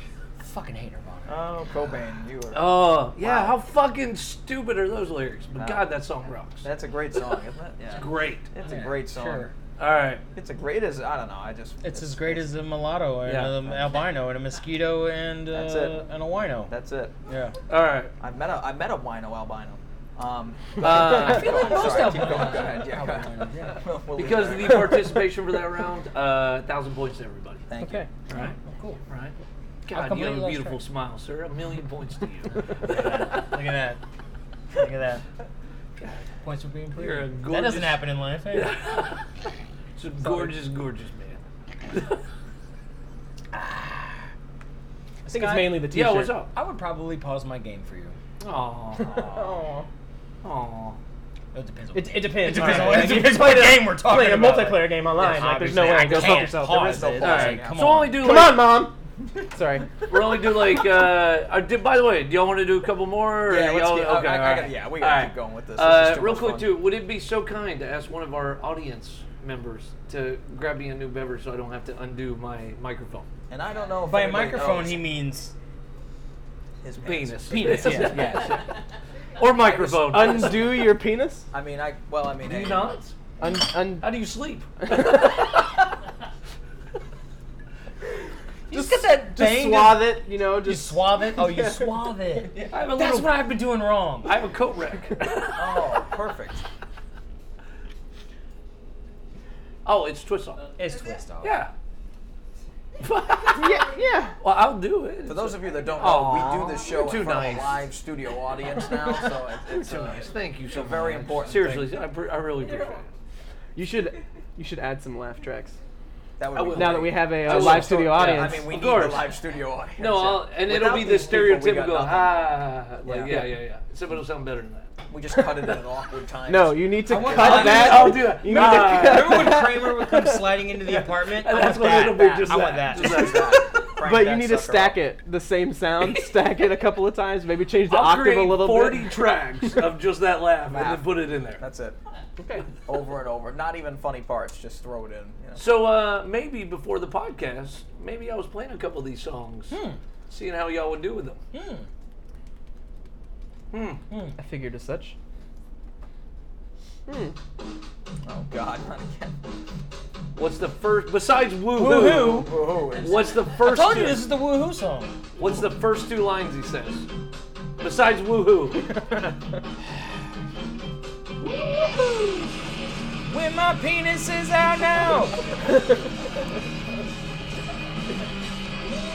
Speaker 4: Fucking hate Nirvana.
Speaker 3: Oh, Cobain, you are.
Speaker 1: [laughs] Oh yeah,
Speaker 3: Wow.
Speaker 1: how fucking stupid are those lyrics? But
Speaker 3: Wow.
Speaker 1: God, that song rocks.
Speaker 3: That's a great song, isn't it? Yeah.
Speaker 1: great.
Speaker 3: It's a
Speaker 4: Yeah,
Speaker 3: great song.
Speaker 4: sure.
Speaker 1: All right.
Speaker 3: It's a great as I don't know. I just
Speaker 4: It's as great as a mulatto and
Speaker 1: Yeah.
Speaker 4: an albino and a mosquito and uh,
Speaker 3: That's it.
Speaker 4: and a wino.
Speaker 3: That's it.
Speaker 4: yeah.
Speaker 1: All right.
Speaker 3: I've met a I met a wino albino. Um,
Speaker 1: [laughs]
Speaker 3: [laughs]
Speaker 1: Uh, I feel
Speaker 4: like
Speaker 3: I'm
Speaker 4: most
Speaker 3: sorry, keep
Speaker 4: albinos
Speaker 3: going. Go ahead. Yeah. go
Speaker 4: albino,
Speaker 3: ahead.
Speaker 4: yeah.
Speaker 3: [laughs] We'll leave
Speaker 1: Because
Speaker 3: it
Speaker 1: of the
Speaker 3: there.
Speaker 1: participation for that
Speaker 3: [laughs]
Speaker 1: round, uh, thousand points to everybody.
Speaker 2: [laughs]
Speaker 3: Thank Oh,
Speaker 2: Okay.
Speaker 1: All right.
Speaker 4: Cool.
Speaker 1: All right.
Speaker 4: I've
Speaker 1: God, you have a
Speaker 4: completely lost
Speaker 1: beautiful
Speaker 4: track.
Speaker 1: smile, sir. A million points to you.
Speaker 3: [laughs]
Speaker 4: Look at that. Look at that. Points for being
Speaker 1: You're a
Speaker 4: clear. That
Speaker 1: gorgeous-
Speaker 4: doesn't happen in life. eh? Hey?
Speaker 1: [laughs] It's a gorgeous, gorgeous man.
Speaker 2: Ah. I think
Speaker 4: Scott?
Speaker 2: it's mainly the t-shirt.
Speaker 1: yeah, what's up?
Speaker 4: I would probably pause my game for you.
Speaker 1: [laughs] Aww.
Speaker 2: Oh.
Speaker 1: Aww.
Speaker 4: It depends. On
Speaker 2: It, it depends.
Speaker 4: It depends
Speaker 2: All
Speaker 4: on- it
Speaker 2: Like, if you
Speaker 4: depends on what
Speaker 2: played a-
Speaker 4: game we're talking
Speaker 2: played
Speaker 4: about,
Speaker 2: a
Speaker 4: like-
Speaker 2: multiplayer game online.
Speaker 4: Yes,
Speaker 2: like, there's no
Speaker 4: obviously,
Speaker 2: way.
Speaker 4: I
Speaker 2: Go fuck
Speaker 4: can't
Speaker 2: yourself.
Speaker 4: pause
Speaker 2: There is no
Speaker 4: it.
Speaker 2: pause.
Speaker 1: All right.
Speaker 4: come
Speaker 1: so we'll
Speaker 4: on.
Speaker 1: only do
Speaker 2: Come
Speaker 1: like
Speaker 2: on, mom. Sorry.
Speaker 1: [laughs] We'll only do like. Uh, I did, by the way, do y'all want to do a couple more? or
Speaker 3: Yeah, let's
Speaker 1: y'all-
Speaker 3: get- I-
Speaker 1: okay,
Speaker 3: I- I
Speaker 1: all right.
Speaker 3: gotta- yeah, we gotta
Speaker 1: All
Speaker 3: keep going with this. This
Speaker 1: Uh,
Speaker 3: is too
Speaker 1: real
Speaker 3: much
Speaker 1: quick,
Speaker 3: fun.
Speaker 1: too. Would it be so kind to ask one of our audience members to grab me a new beverage so I don't have to undo my microphone?
Speaker 3: And I don't know if oh,
Speaker 2: Oh,
Speaker 4: By a
Speaker 3: anybody
Speaker 4: microphone,
Speaker 3: knows.
Speaker 4: he means
Speaker 3: his pants.
Speaker 1: penis.
Speaker 2: [laughs]
Speaker 1: [laughs]
Speaker 4: Penis, yeah,
Speaker 3: yes.
Speaker 1: Or microphone. [laughs]
Speaker 2: Undo your penis?
Speaker 3: I mean, I well, I mean,
Speaker 1: Do
Speaker 3: hey,
Speaker 1: you not?
Speaker 2: Un- un-
Speaker 1: How
Speaker 2: [laughs]
Speaker 1: do you
Speaker 3: [laughs]
Speaker 1: sleep?
Speaker 4: Just get that
Speaker 2: just
Speaker 4: thing.
Speaker 2: swathe it, you know,
Speaker 4: You
Speaker 2: just
Speaker 4: swab it? Oh, you [laughs]
Speaker 2: Yeah.
Speaker 4: swab
Speaker 2: [laughs]
Speaker 4: it.
Speaker 1: I have a
Speaker 4: That's
Speaker 1: little-
Speaker 4: what I've been doing wrong.
Speaker 1: I have a coat rack.
Speaker 3: [laughs] Oh, perfect.
Speaker 1: Oh, it's twist off.
Speaker 4: It's twist off.
Speaker 1: Yeah. [laughs]
Speaker 2: Yeah, yeah.
Speaker 1: Well, I'll do it.
Speaker 3: For those of you that don't know, we do this
Speaker 1: Aw,
Speaker 3: show
Speaker 1: you're
Speaker 3: in
Speaker 1: too
Speaker 3: front of a
Speaker 1: nice.
Speaker 3: live studio audience
Speaker 1: [laughs]
Speaker 3: now, so it,
Speaker 1: You're
Speaker 3: it's
Speaker 1: too
Speaker 3: uh,
Speaker 1: nice. Thank you so much.
Speaker 3: very important
Speaker 1: Seriously,
Speaker 3: thing.
Speaker 1: I, pre- I really appreciate it.
Speaker 2: You should you should add some laugh tracks.
Speaker 3: That
Speaker 1: I
Speaker 3: would be
Speaker 1: would-
Speaker 2: Now
Speaker 3: great.
Speaker 2: that we have a, uh
Speaker 1: I will.
Speaker 2: live studio
Speaker 1: Yeah, I
Speaker 2: audience.
Speaker 3: I mean, we
Speaker 1: Of
Speaker 3: need the
Speaker 1: course.
Speaker 3: live studio audience.
Speaker 1: No, I'll, and
Speaker 3: Without
Speaker 1: it'll be the
Speaker 3: these people, we got
Speaker 1: stereotypical
Speaker 3: nothing.
Speaker 1: ah, like
Speaker 3: Yeah.
Speaker 1: yeah, yeah, yeah. Except it'll sound better than that.
Speaker 3: We just cut it at an awkward time.
Speaker 2: no, you need to
Speaker 3: I want-
Speaker 2: cut
Speaker 3: I'll do
Speaker 2: that.
Speaker 3: that, I'll do that.
Speaker 2: You need
Speaker 1: Nah.
Speaker 2: to cut
Speaker 4: Remember when
Speaker 2: that.
Speaker 4: Kramer would
Speaker 1: [laughs]
Speaker 4: come sliding into the apartment? I
Speaker 1: That's
Speaker 4: want
Speaker 1: what
Speaker 4: that.
Speaker 1: it'll be, just
Speaker 4: I want
Speaker 1: that.
Speaker 4: that.
Speaker 1: Just
Speaker 3: That's that. Crank
Speaker 2: But you
Speaker 3: that
Speaker 2: need to
Speaker 3: sucker
Speaker 2: stack
Speaker 3: up.
Speaker 2: it, the same sound, stack it a couple of times, maybe change
Speaker 1: [laughs]
Speaker 2: the
Speaker 1: I'll
Speaker 2: octave
Speaker 1: create
Speaker 2: a little
Speaker 1: 40
Speaker 2: bit.
Speaker 1: tracks of just that laugh and
Speaker 3: Laugh.
Speaker 1: then put it in there.
Speaker 3: That's it.
Speaker 2: Okay.
Speaker 3: Over and over. Not even funny parts. Just throw it in. You know.
Speaker 1: so uh, maybe before the podcast, maybe I was playing a couple of these songs,
Speaker 4: Hmm.
Speaker 1: seeing how y'all would do with them.
Speaker 4: Hmm.
Speaker 1: Hmm.
Speaker 2: I figured as such. Hmm.
Speaker 3: Oh God, [laughs] not again.
Speaker 1: What's the first besides woohoo?
Speaker 4: [laughs] Woohoo.
Speaker 3: Woohoo! It's,
Speaker 1: What's the
Speaker 4: I
Speaker 1: first?
Speaker 4: told you
Speaker 1: two-
Speaker 4: this is the woohoo song.
Speaker 1: What's the first two lines he says? Besides woohoo.
Speaker 4: When my penis is out now.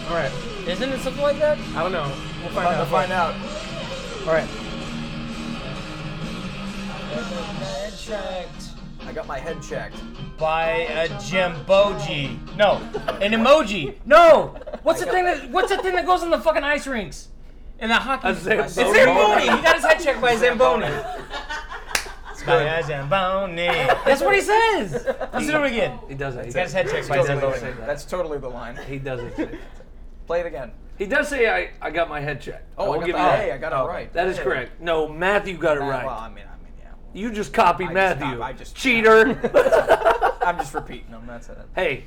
Speaker 2: All right.
Speaker 4: Isn't it something like that?
Speaker 2: I don't know. We'll find
Speaker 3: about to find out.
Speaker 2: All right.
Speaker 4: Head checked
Speaker 3: I got my head checked.
Speaker 4: by a gemboji. No, an emoji. No. What's the thing that What's the thing that goes on the fucking ice rinks? In the hockey.
Speaker 1: A
Speaker 4: It's
Speaker 1: Zamboni.
Speaker 4: Zamboni. He got his head checked by a [laughs] Zamboni.
Speaker 3: It's
Speaker 4: By a [laughs] Zamboni. That's what he says. Let's do it again.
Speaker 1: He doesn't. He
Speaker 4: Got
Speaker 1: does.
Speaker 4: his head checked by a
Speaker 3: Totally,
Speaker 4: Zamboni.
Speaker 3: that's totally the line.
Speaker 1: He doesn't. Say that.
Speaker 3: Play it again.
Speaker 1: He does say I, I got my head checked.
Speaker 3: Oh, I
Speaker 1: will
Speaker 3: got
Speaker 1: give
Speaker 3: the,
Speaker 1: you that.
Speaker 3: hey, I got it right.
Speaker 1: that is correct. No, Matthew got it
Speaker 3: Nah,
Speaker 1: right.
Speaker 3: Well, I mean, I mean, yeah.
Speaker 1: you just copied
Speaker 3: I just-
Speaker 1: Matthew.
Speaker 3: I just-
Speaker 1: cheater.
Speaker 3: [laughs] I'm just repeating them. That's it.
Speaker 1: hey,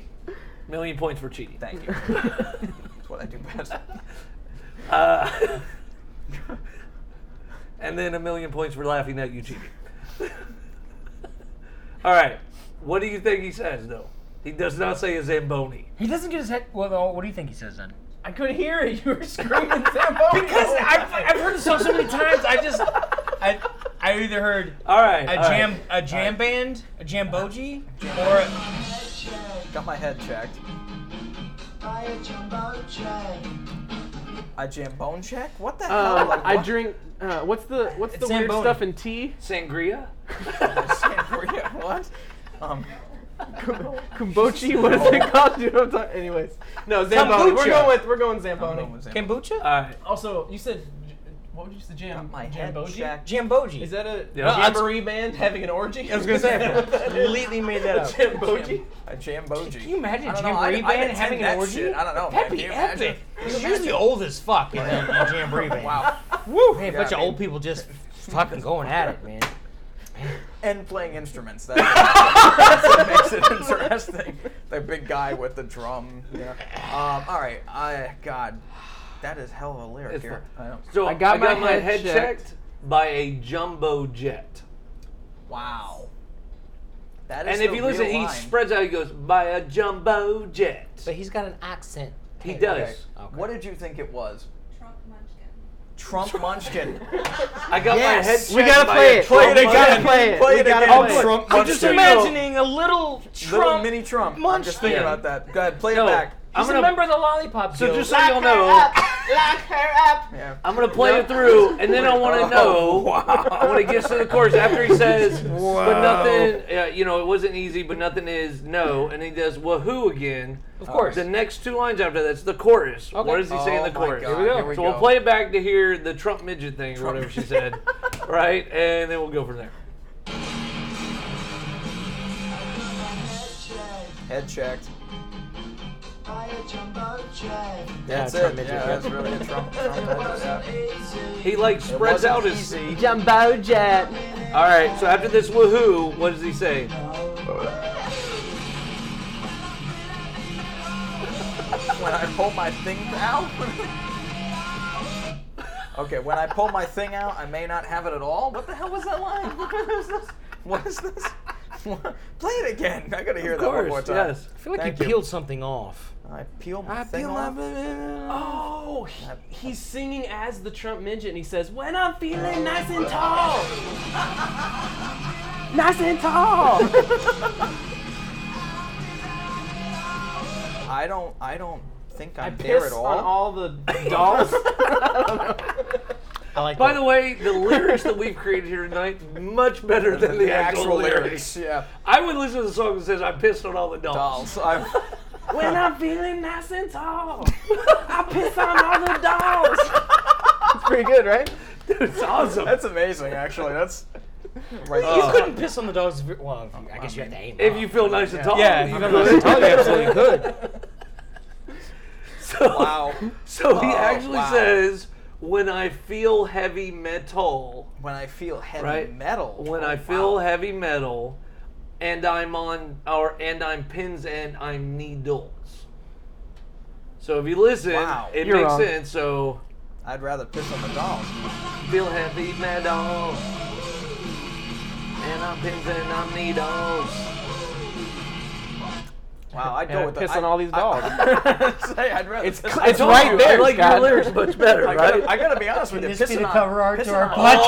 Speaker 1: million points for cheating.
Speaker 3: Thank you. That's what I do best.
Speaker 1: Uh, [laughs] and then a million points for laughing at you cheating. [laughs] All right. What do you think he says though? He does not say a Zamboni.
Speaker 4: He doesn't get his head. Well, no, what do you think he says then?
Speaker 2: I couldn't hear it. You were screaming Zamboni.
Speaker 4: Because I've, I've heard the song so many times. I just I I either heard
Speaker 1: All right.
Speaker 4: a
Speaker 1: all right.
Speaker 4: jam a jam band, a jamboji, or a,
Speaker 3: Got my head checked. A jambone check? What the hell?
Speaker 2: Um,
Speaker 3: Like,
Speaker 2: I
Speaker 3: [laughs] what?
Speaker 2: drink. Uh, what's the what's the
Speaker 4: It's
Speaker 2: weird
Speaker 4: Zamboni.
Speaker 2: stuff in [laughs] tea?
Speaker 1: Sangria.
Speaker 3: Sangria, what? Um,
Speaker 2: Kombucha. What is it called? [laughs] Dude, I'm talking. Anyways, no Zamboni. We're
Speaker 4: Kombucha.
Speaker 2: going with we're going
Speaker 3: I'm
Speaker 2: Zamboni.
Speaker 3: going with Zamboni.
Speaker 4: kombucha,
Speaker 1: All right.
Speaker 2: Also, you said j- what would you say? Jam.
Speaker 3: Got Uh, my head
Speaker 2: jamboji?
Speaker 3: checked.
Speaker 4: jamboji.
Speaker 2: Is that a
Speaker 1: Yeah.
Speaker 2: jamboree band having an orgy? I was
Speaker 4: gonna say,
Speaker 2: [laughs]
Speaker 4: I completely made that up.
Speaker 2: Jamboji.
Speaker 3: A jamboji.
Speaker 4: Can you imagine
Speaker 3: I
Speaker 4: a
Speaker 3: don't know, I-
Speaker 4: jamboree
Speaker 3: I
Speaker 4: band
Speaker 3: didn't
Speaker 4: having
Speaker 3: attend
Speaker 4: an
Speaker 3: that
Speaker 4: orgy?
Speaker 3: shit. I don't know, man.
Speaker 4: That'd be
Speaker 3: Can you imagine?
Speaker 4: epic. It's usually old as fuck in a, in a jamboree band.
Speaker 3: Wow.
Speaker 4: Woo. Hey, a
Speaker 3: Yeah,
Speaker 4: bunch
Speaker 3: I
Speaker 4: of
Speaker 3: mean-
Speaker 4: old people [laughs] just fucking going at it, man.
Speaker 3: And playing instruments. That, [laughs] that's what makes it interesting. The big guy with the drum. Yeah. Um, all right. I God, that is hell of a lyric
Speaker 1: It's
Speaker 3: here. I know.
Speaker 1: So
Speaker 2: I got my head
Speaker 1: head
Speaker 2: checked.
Speaker 1: by a jumbo jet.
Speaker 3: Wow. That is.
Speaker 1: And if
Speaker 3: the
Speaker 1: you listen,
Speaker 3: real
Speaker 1: he
Speaker 3: line.
Speaker 1: spreads out. He goes by a jumbo jet.
Speaker 4: But he's got an accent.
Speaker 1: He
Speaker 3: Okay.
Speaker 1: does.
Speaker 3: What did you think it was?
Speaker 5: Trump
Speaker 3: Trump
Speaker 5: munchkin.
Speaker 3: Munchkin.
Speaker 1: I got
Speaker 4: Yes.
Speaker 1: my head checked.
Speaker 2: We gotta
Speaker 1: by
Speaker 2: play
Speaker 1: a
Speaker 2: it. Play it
Speaker 1: Trump
Speaker 2: again.
Speaker 1: jet.
Speaker 2: Gotta play it.
Speaker 3: Play
Speaker 2: We
Speaker 3: it
Speaker 2: gotta
Speaker 3: again.
Speaker 2: play it.
Speaker 3: Trump
Speaker 4: I'm just
Speaker 3: Munchkin.
Speaker 4: imagining a little
Speaker 3: Little
Speaker 4: Trump.
Speaker 3: mini Trump. I'm just
Speaker 4: Munchkin.
Speaker 3: thinking about that. Go ahead, play
Speaker 1: No, Oh.
Speaker 3: it back.
Speaker 1: I'm
Speaker 4: He's a
Speaker 1: gonna
Speaker 4: member of the Lollipop
Speaker 1: So
Speaker 4: Guild.
Speaker 1: just so y'all know,
Speaker 3: Yeah.
Speaker 1: I'm gonna play it through, and then I
Speaker 2: [laughs] Oh,
Speaker 1: want to know. I want to guess to the chorus after he says, "But nothing, uh, you know, it wasn't easy, but nothing is no," and he does "wahoo" again. Of
Speaker 4: course.
Speaker 1: The next two lines after that's the chorus. What does he say in
Speaker 3: Oh
Speaker 1: the
Speaker 3: my
Speaker 1: chorus?
Speaker 3: God, Here we go. here we
Speaker 1: so we'll
Speaker 3: go.
Speaker 1: play it back to hear the Trump midget thing or whatever she said,
Speaker 3: [laughs]
Speaker 1: right? And then we'll go from there.
Speaker 3: Head checked.
Speaker 4: That's
Speaker 3: That's
Speaker 4: Trump
Speaker 3: it.
Speaker 4: midget, yeah.
Speaker 3: Yeah, that's really a Trump. Trump head,
Speaker 1: He like
Speaker 3: yeah.
Speaker 1: spreads
Speaker 3: Wasn't
Speaker 1: out his.
Speaker 3: easy.
Speaker 2: Jumbo jet.
Speaker 1: All right. So after this "wahoo," what does he say?
Speaker 3: when I pull my thing out. Okay, when I pull my thing out, I may not have it at all. What the hell was that line? [laughs] What is this? What is this? [laughs] What? Play it again. I gotta hear that one more
Speaker 1: course,
Speaker 3: time.
Speaker 1: yes.
Speaker 4: I feel like
Speaker 3: Thank
Speaker 4: you
Speaker 3: you.
Speaker 4: peeled something off.
Speaker 3: I peel my thing off.
Speaker 2: Oh, he, he's singing as the Trump midget, and he says, "When I'm feeling nice and tall, [laughs] nice and tall." [laughs]
Speaker 3: I don't. I don't think I'm
Speaker 2: I
Speaker 3: there
Speaker 2: piss
Speaker 3: at
Speaker 2: on
Speaker 3: [laughs]
Speaker 2: all the dolls.
Speaker 4: I like
Speaker 1: By the way,
Speaker 3: [laughs]
Speaker 1: the lyrics that we've created here tonight much better than the, actual, lyrics.
Speaker 3: Yeah.
Speaker 1: I would listen to the song that says "I pissed on all the dolls." [laughs]
Speaker 3: Dolls. I'm,
Speaker 2: when I'm feeling nice and
Speaker 3: [laughs]
Speaker 2: tall, I piss on all the dolls. It's pretty good, right?
Speaker 1: It's awesome.
Speaker 3: that's amazing, actually. That's right.
Speaker 4: You
Speaker 3: there.
Speaker 4: couldn't piss on the dog's. vi- Well, if you- I guess you have to aim.
Speaker 1: Uh, if you feel nice and tall,
Speaker 4: yeah, if
Speaker 1: you
Speaker 4: you
Speaker 1: could.
Speaker 4: don't know what to tell you, absolutely [laughs] could.
Speaker 1: So,
Speaker 3: wow.
Speaker 1: [laughs] so he
Speaker 3: Oh,
Speaker 1: actually
Speaker 3: wow.
Speaker 1: says, "When I feel heavy metal,
Speaker 3: When I feel heavy
Speaker 1: right?
Speaker 3: metal.
Speaker 1: When
Speaker 3: Oh,
Speaker 1: I feel
Speaker 3: wow.
Speaker 1: heavy metal, and I'm on, or and I'm pins and I'm needles." So if you listen,
Speaker 3: Wow.
Speaker 1: it
Speaker 2: You're
Speaker 1: makes
Speaker 2: wrong.
Speaker 1: sense. So
Speaker 3: I'd rather piss on the dolls.
Speaker 1: feel heavy metal, and I'm pins and I'm
Speaker 3: [laughs]
Speaker 1: needles.
Speaker 3: Wow. I'd go
Speaker 2: And I
Speaker 3: with
Speaker 2: piss
Speaker 3: the,
Speaker 2: on all these dolls.
Speaker 3: [laughs] I, say I'd rather.
Speaker 2: It's
Speaker 3: piss
Speaker 2: cl-
Speaker 3: on
Speaker 2: it's
Speaker 3: the
Speaker 2: right
Speaker 3: dolls.
Speaker 2: there,
Speaker 1: I like
Speaker 2: Scott.
Speaker 1: your lyrics much better,
Speaker 3: I
Speaker 1: right?
Speaker 3: gotta, I gotta be honest with you.
Speaker 4: Can this be the
Speaker 3: pissing on-
Speaker 4: cover art to
Speaker 3: pissing
Speaker 4: our
Speaker 3: on Oh,
Speaker 4: podcast?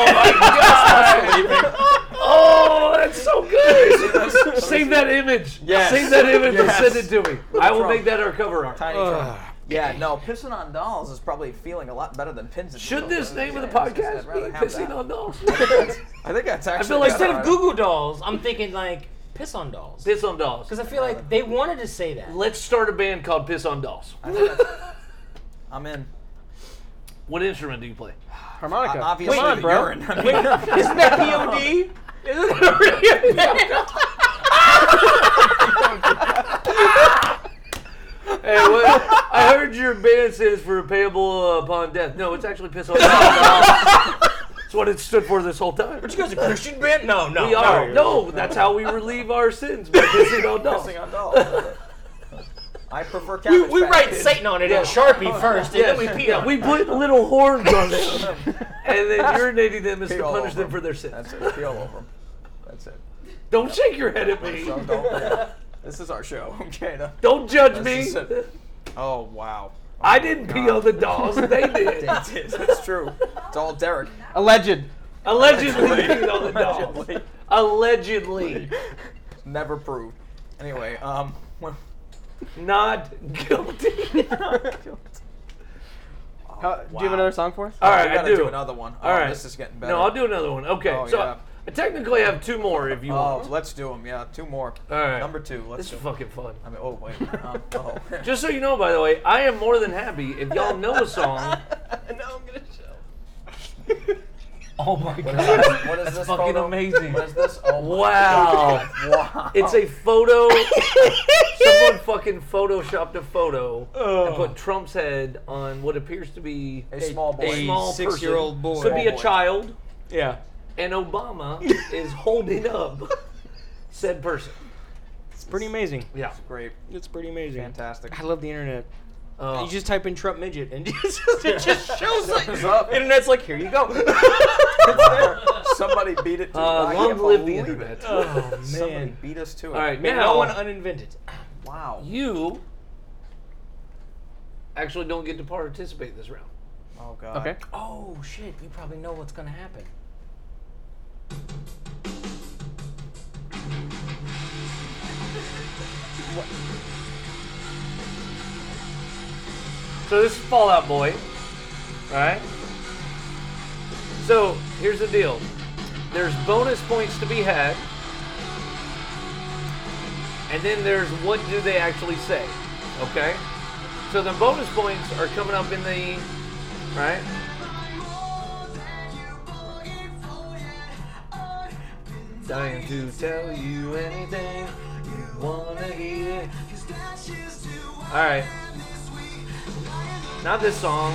Speaker 3: all- [laughs]
Speaker 1: oh, that's so good. [laughs] Save that image.
Speaker 3: Yes.
Speaker 1: Save that image and
Speaker 3: Yes.
Speaker 1: send it to me. I will
Speaker 3: Trump.
Speaker 1: make that our cover art.
Speaker 3: Tiny drum. Yeah, no, pissing on dolls is probably feeling a lot better than pins and
Speaker 1: Should
Speaker 3: needles.
Speaker 1: this name of the
Speaker 3: Yeah, I was gonna
Speaker 1: podcast
Speaker 3: say, I'd rather
Speaker 1: be
Speaker 3: have
Speaker 1: Pissing
Speaker 3: that.
Speaker 1: on Dolls?
Speaker 3: [laughs] I think that's actually.
Speaker 1: feel like
Speaker 4: Instead
Speaker 3: better.
Speaker 4: of Goo Goo Dolls, I'm thinking like piss on dolls.
Speaker 1: Piss on Dolls.
Speaker 4: Because I feel
Speaker 1: uh,
Speaker 4: like they wanted to say that.
Speaker 1: Let's start a band called Piss on Dolls.
Speaker 3: I'm in.
Speaker 1: What instrument do you play?
Speaker 2: [laughs] Harmonica.
Speaker 3: Obviously,
Speaker 2: Come on,
Speaker 3: the
Speaker 2: bro. [laughs]
Speaker 3: urine. I mean,
Speaker 4: Isn't that
Speaker 3: [laughs]
Speaker 4: POD?
Speaker 1: Hey, what, I heard your band says for payable upon death. No, it's actually Piss on Dolls. That's what it stood for this whole time.
Speaker 4: You guys a Christian band? No, no.
Speaker 1: We are. No, that's how we relieve our sins by pissing on dolls.
Speaker 3: pissing on dolls. I prefer
Speaker 4: We,
Speaker 3: cabbage
Speaker 4: we
Speaker 3: patch
Speaker 1: [laughs]
Speaker 4: write
Speaker 3: kids.
Speaker 4: Satan on it in Sharpie first, and
Speaker 1: Yes,
Speaker 4: then we pee
Speaker 1: Oh, yeah,
Speaker 4: on
Speaker 1: we
Speaker 4: it.
Speaker 1: put little horns on
Speaker 3: [laughs]
Speaker 1: them, and then urinating them is
Speaker 3: Pee
Speaker 1: to
Speaker 3: all
Speaker 1: punish
Speaker 3: over
Speaker 1: them for their sins.
Speaker 3: That's it. Peel over 'em. That's it.
Speaker 1: Don't shake your head at me.
Speaker 3: Don't, don't. This is our show. [laughs] Okay. No.
Speaker 1: Don't judge me.
Speaker 3: This is it. Oh wow.
Speaker 1: I didn't pee on the dolls. They did.
Speaker 3: That's it. That's true. It's all Derek.
Speaker 2: Alleged.
Speaker 1: Allegedly peed on the dolls.
Speaker 3: Allegedly.
Speaker 1: Allegedly.
Speaker 3: Never proved. Anyway, um, well,
Speaker 1: Not
Speaker 3: [laughs]
Speaker 1: guilty.
Speaker 3: Oh,
Speaker 2: How, Uh, Do you have another song for us?
Speaker 1: All
Speaker 3: we
Speaker 1: right, I
Speaker 3: gotta
Speaker 1: do.
Speaker 3: do. another one.
Speaker 1: All
Speaker 3: oh,
Speaker 1: right.
Speaker 3: this is getting better.
Speaker 1: No, I'll do another one. Okay,
Speaker 3: Oh,
Speaker 1: so
Speaker 3: yeah.
Speaker 1: I technically have two more if you
Speaker 3: Oh,
Speaker 1: want.
Speaker 3: let's do them. Yeah, two more.
Speaker 1: All right.
Speaker 3: Number two.
Speaker 1: This
Speaker 3: Let's do.
Speaker 1: is
Speaker 3: 'em.
Speaker 1: fucking fun.
Speaker 3: I mean, oh
Speaker 1: [laughs]
Speaker 3: wait. Um, oh. [laughs]
Speaker 1: Just so you know, by the way, I am more than happy if y'all know a song.
Speaker 3: [laughs] now I'm gonna show.
Speaker 4: Oh my [laughs]
Speaker 3: What
Speaker 4: god.
Speaker 3: is, what is this
Speaker 1: fucking
Speaker 3: photo?
Speaker 1: amazing.
Speaker 3: What is this? Oh, my
Speaker 1: Wow.
Speaker 3: God. Wow.
Speaker 1: It's a photo.
Speaker 3: Oh.
Speaker 1: someone fucking photoshopped a photo and
Speaker 4: Oh.
Speaker 1: put Trump's head on what appears to be
Speaker 3: A small boy.
Speaker 1: a small
Speaker 4: six-year-old
Speaker 1: person.
Speaker 4: boy.
Speaker 1: Could be
Speaker 3: Small
Speaker 1: a
Speaker 3: boy.
Speaker 1: child,
Speaker 4: yeah.
Speaker 1: and Obama is holding up said person.
Speaker 4: It's pretty amazing.
Speaker 1: Yeah. [laughs]
Speaker 3: Great.
Speaker 4: It's pretty amazing.
Speaker 3: Fantastic.
Speaker 4: I love the internet.
Speaker 1: Uh,
Speaker 4: You just type in Trump midget and [laughs] just, it just shows like [laughs]
Speaker 3: up.
Speaker 4: internet's like here you go.
Speaker 3: [laughs] It's there. Somebody beat it to it.
Speaker 1: uh,
Speaker 3: I
Speaker 1: long
Speaker 3: can't
Speaker 1: live the
Speaker 3: believe
Speaker 1: internet.
Speaker 3: it.
Speaker 4: [laughs] Oh
Speaker 3: Somebody
Speaker 4: man.
Speaker 3: beat us to it.
Speaker 1: All right,
Speaker 4: May
Speaker 1: now
Speaker 4: no one uninvent it.
Speaker 3: Wow.
Speaker 1: you actually don't get to participate this round.
Speaker 3: Oh god.
Speaker 2: Okay.
Speaker 4: Oh shit, we probably know what's gonna happen.
Speaker 1: So this is Fallout Boy, right? So here's the deal: there's bonus points to be had, and then there's what do they actually say? Okay. So the bonus points are coming up in the right. Dying to tell you anything you wanna hear. All right. Not this song.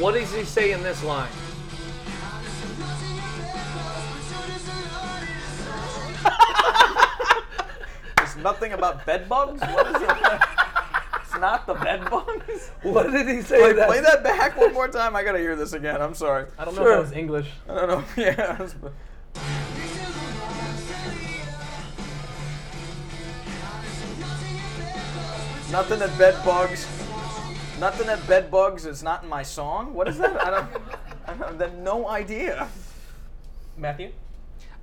Speaker 1: What does he say in this line? [laughs]
Speaker 3: There's nothing about bed bugs. What is it?
Speaker 2: It's not the bed bugs.
Speaker 1: What did he say?
Speaker 3: Play,
Speaker 1: that?
Speaker 3: play that back one more time. I gotta hear this again. I'm sorry.
Speaker 2: I don't know
Speaker 1: Sure.
Speaker 2: if that was [laughs] English.
Speaker 3: I don't know. [laughs] Yeah. I was- Nothing at bed bugs. Nothing at bed bugs is not in my song. What is that? I don't. I don't have no idea.
Speaker 2: Matthew?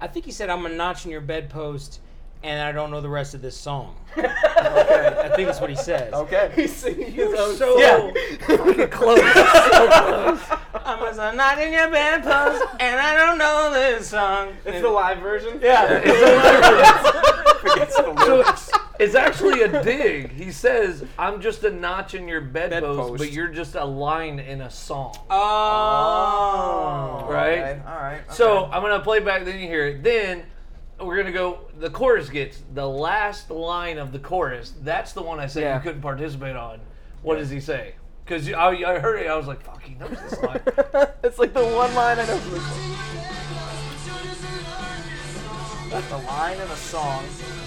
Speaker 4: I think he said, I'm a notch in your bedpost, and I don't know the rest of this [laughs] song. I
Speaker 3: Okay.
Speaker 4: think that's what he says. [laughs]
Speaker 3: Okay.
Speaker 2: He's singing his own
Speaker 1: So [laughs]
Speaker 4: Yeah.
Speaker 1: fucking close. So close.
Speaker 4: I'm a notch in your bedpost, and I don't know this song.
Speaker 2: It's the live version?
Speaker 1: It's
Speaker 4: [laughs]
Speaker 1: a live version.
Speaker 3: Forgets the
Speaker 1: So
Speaker 3: lyrics.
Speaker 1: it's, it's actually a dig. He says, "I'm just a notch in your bedpost,
Speaker 3: Bedpost. Oh,
Speaker 1: but you're just a line in a song."
Speaker 4: Oh.
Speaker 1: Right.
Speaker 3: Okay, All right.
Speaker 1: So
Speaker 3: okay.
Speaker 1: I'm gonna play back. Then you hear it. Then we're gonna go. The chorus gets the last line of the chorus. That's the one I said
Speaker 2: Yeah.
Speaker 1: you couldn't participate on. What does he say? Because I, I heard it, I was like, "Fuck, he knows this
Speaker 2: [laughs]
Speaker 1: line."
Speaker 2: [laughs] it's like the one line I know from the
Speaker 3: the line in the song.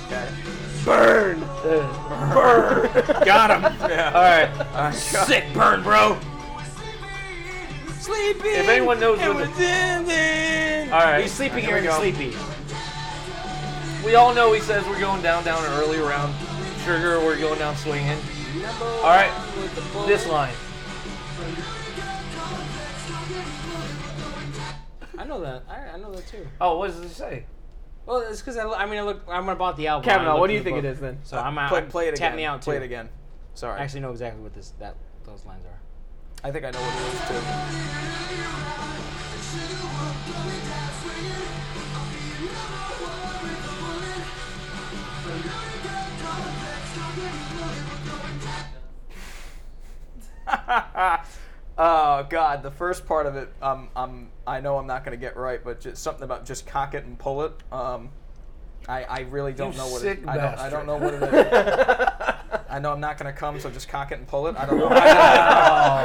Speaker 3: Okay.
Speaker 1: burn, burn.
Speaker 3: Got him. [laughs] Yeah.
Speaker 1: All right.
Speaker 3: All right. go.
Speaker 4: Sick burn, bro. Sleepy.
Speaker 1: If anyone knows
Speaker 4: and
Speaker 1: what
Speaker 4: we're dancing.
Speaker 1: All right.
Speaker 4: He's sleepy
Speaker 3: Here
Speaker 4: here and
Speaker 3: we go.
Speaker 4: sleepy.
Speaker 1: We all know he says we're going down, down an early round. Sugar, we're going down swinging. All right, this line.
Speaker 4: I know that. I, I know that too.
Speaker 1: Oh, what does it say?
Speaker 4: Well, it's because I, I mean, I look. I'm about the album. I
Speaker 2: Kavanaugh,
Speaker 4: looked
Speaker 2: what do
Speaker 4: in
Speaker 2: you
Speaker 4: the
Speaker 2: think it
Speaker 4: book.
Speaker 2: is then?
Speaker 4: So I'm out.
Speaker 3: Play, play it again.
Speaker 4: Tap me out too.
Speaker 3: Play it again. Sorry.
Speaker 4: I actually know exactly what this that those lines are.
Speaker 3: I think I know what it is too. [laughs] oh God! The first part of it, um, I'm, I know I'm not gonna get right, but just something about just cock it and pull it. Um, I, I really don't
Speaker 1: You
Speaker 3: know what
Speaker 1: sick
Speaker 3: it. I don't, I
Speaker 1: bastard.
Speaker 3: don't know what it is. I know I'm not gonna come, so just cock it and pull it. I
Speaker 1: [laughs]
Speaker 3: don't know. I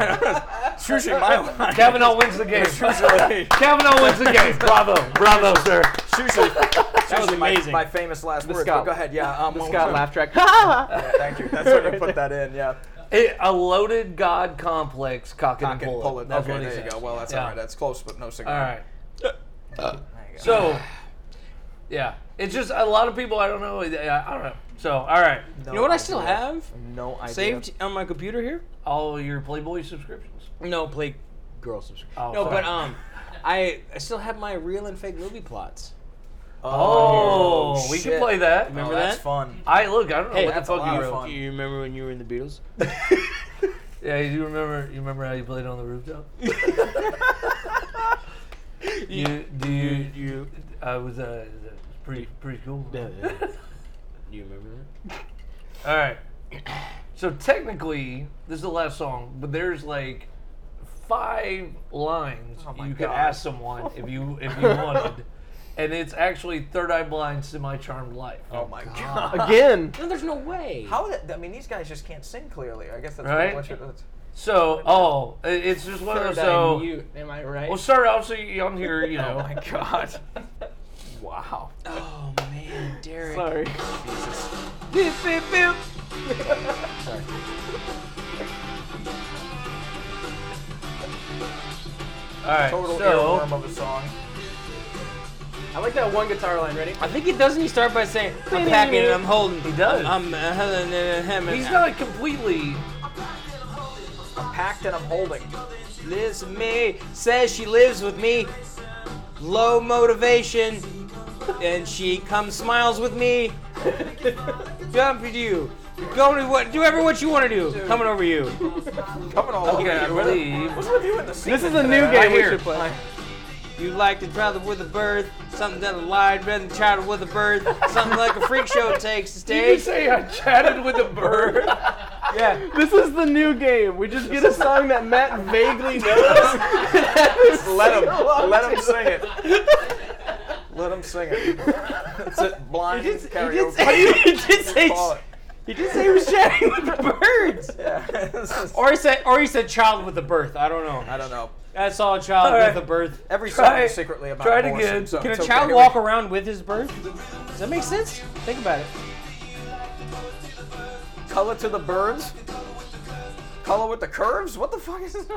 Speaker 3: don't know.
Speaker 1: Oh.
Speaker 3: It's usually my line.
Speaker 1: Kavanaugh wins the game.
Speaker 3: It's usually,
Speaker 1: [laughs] Kavanaugh wins the
Speaker 3: [laughs]
Speaker 1: game. Bravo, bravo, sir.
Speaker 3: it's usually, it's
Speaker 4: was
Speaker 3: usually my,
Speaker 4: amazing.
Speaker 3: my famous last word.
Speaker 2: Scott-
Speaker 3: go ahead, yeah. Um,
Speaker 2: The
Speaker 3: one
Speaker 2: Scott
Speaker 3: more
Speaker 2: laugh [laughs]
Speaker 3: time.
Speaker 2: track.
Speaker 3: Yeah, thank you. That's
Speaker 1: [laughs]
Speaker 2: [laughs]
Speaker 3: when you put that in. Yeah.
Speaker 1: It, a loaded god complex, cock it and
Speaker 3: Cock it
Speaker 1: pull,
Speaker 3: and pull it.
Speaker 1: That's
Speaker 3: Okay,
Speaker 1: what he
Speaker 3: there you
Speaker 1: says.
Speaker 3: go. Well, that's
Speaker 1: Yeah.
Speaker 3: all right. That's close, but no cigar. Uh,
Speaker 1: All right.
Speaker 3: There you go.
Speaker 1: So, yeah, it's just a lot of people. I don't know. I I don't know. So, all right,
Speaker 3: No
Speaker 4: You know what I
Speaker 3: idea.
Speaker 4: still have
Speaker 3: No idea.
Speaker 4: saved on my computer here?
Speaker 1: all your Playboy subscriptions.
Speaker 4: No, play girl subscription.
Speaker 1: Oh,
Speaker 4: no,
Speaker 1: sorry.
Speaker 4: but um, I I still have my real and fake movie plots.
Speaker 1: Oh, we
Speaker 3: shit.
Speaker 1: can play that.
Speaker 4: Remember
Speaker 3: oh, that's
Speaker 4: that?
Speaker 3: fun.
Speaker 1: I look. I don't know
Speaker 4: Hey,
Speaker 1: what the
Speaker 4: that's
Speaker 3: a
Speaker 1: fuck
Speaker 3: lot
Speaker 1: you
Speaker 3: of
Speaker 1: wrote.
Speaker 3: fun.
Speaker 4: You remember when you were in the Beatles?
Speaker 1: Yeah, you remember? You remember how you played on the
Speaker 3: [laughs]
Speaker 1: rooftop? you, do you, you? I was uh, it was pretty, pretty cool.
Speaker 4: you remember that?
Speaker 1: [laughs] All right. So technically, this is the last song, but there's like five lines
Speaker 3: Oh my
Speaker 1: you could
Speaker 3: God.
Speaker 1: ask someone if you if
Speaker 3: [laughs]
Speaker 1: you wanted, and it's actually Third Eye Blind, Semi Charmed Life.
Speaker 3: Oh my god.
Speaker 2: Again.
Speaker 4: No, there's no way.
Speaker 3: How? That, I mean, these guys just can't sing clearly. I guess that's
Speaker 1: Right?
Speaker 3: what you're. That's,
Speaker 1: So oh, i- it's just one of those. So
Speaker 2: you, am I right?
Speaker 1: we'll start off so you on here, you
Speaker 3: oh
Speaker 1: know.
Speaker 3: my god. wow.
Speaker 4: Oh man, Derek.
Speaker 2: Sorry.
Speaker 4: Beep, beep, beep.
Speaker 1: All right.
Speaker 3: Total
Speaker 1: so
Speaker 3: earworm of a song.
Speaker 2: I like that one guitar line. Ready?
Speaker 4: I think he doesn't. He start by saying, "I'm packing and I'm holding." He
Speaker 1: does.
Speaker 4: I'm, I'm holding and I'm
Speaker 1: he's not completely.
Speaker 3: Packed and I'm holding.
Speaker 4: lives with me, says she lives with me, low motivation, and she comes smiles with me. Jump to you. Go to what? Do ever what you want to do. Coming over you.
Speaker 3: Coming all over
Speaker 1: Okay, I
Speaker 3: you. What-
Speaker 1: believe.
Speaker 3: What's with you in the scene?
Speaker 2: This is a new game we
Speaker 1: hear.
Speaker 2: should play.
Speaker 4: You like to travel with a bird, something that a lion rather than travel with a bird, something like a freak
Speaker 2: [laughs]
Speaker 4: show takes the
Speaker 1: Did you
Speaker 4: stage.
Speaker 1: say I chatted with a bird?
Speaker 4: Yeah.
Speaker 2: This is the new game. We just get a song that Matt
Speaker 4: [laughs]
Speaker 2: vaguely knows.
Speaker 3: [laughs] Let him, let him sing it. [laughs] Let him sing it. That's it. Blind
Speaker 4: He did, he
Speaker 3: karaoke.
Speaker 4: did say, he did say,
Speaker 3: Call it.
Speaker 4: he did say he was chatting with the birds.
Speaker 3: Yeah, [laughs] this is-
Speaker 4: Or he said, or he said child with a birth. I don't know.
Speaker 3: I don't know.
Speaker 4: I saw a child
Speaker 1: All right.
Speaker 4: with a birth.
Speaker 3: Every
Speaker 1: Try
Speaker 3: song
Speaker 1: it.
Speaker 3: is secretly about
Speaker 1: Try it
Speaker 3: abortion,
Speaker 1: again.
Speaker 3: so
Speaker 4: Can a
Speaker 3: it's okay.
Speaker 4: child
Speaker 3: Here we
Speaker 4: walk
Speaker 3: go.
Speaker 4: around with his birth? Does that make sense? Think about it.
Speaker 3: Color to the birds. Color with the curves? What the fuck is this?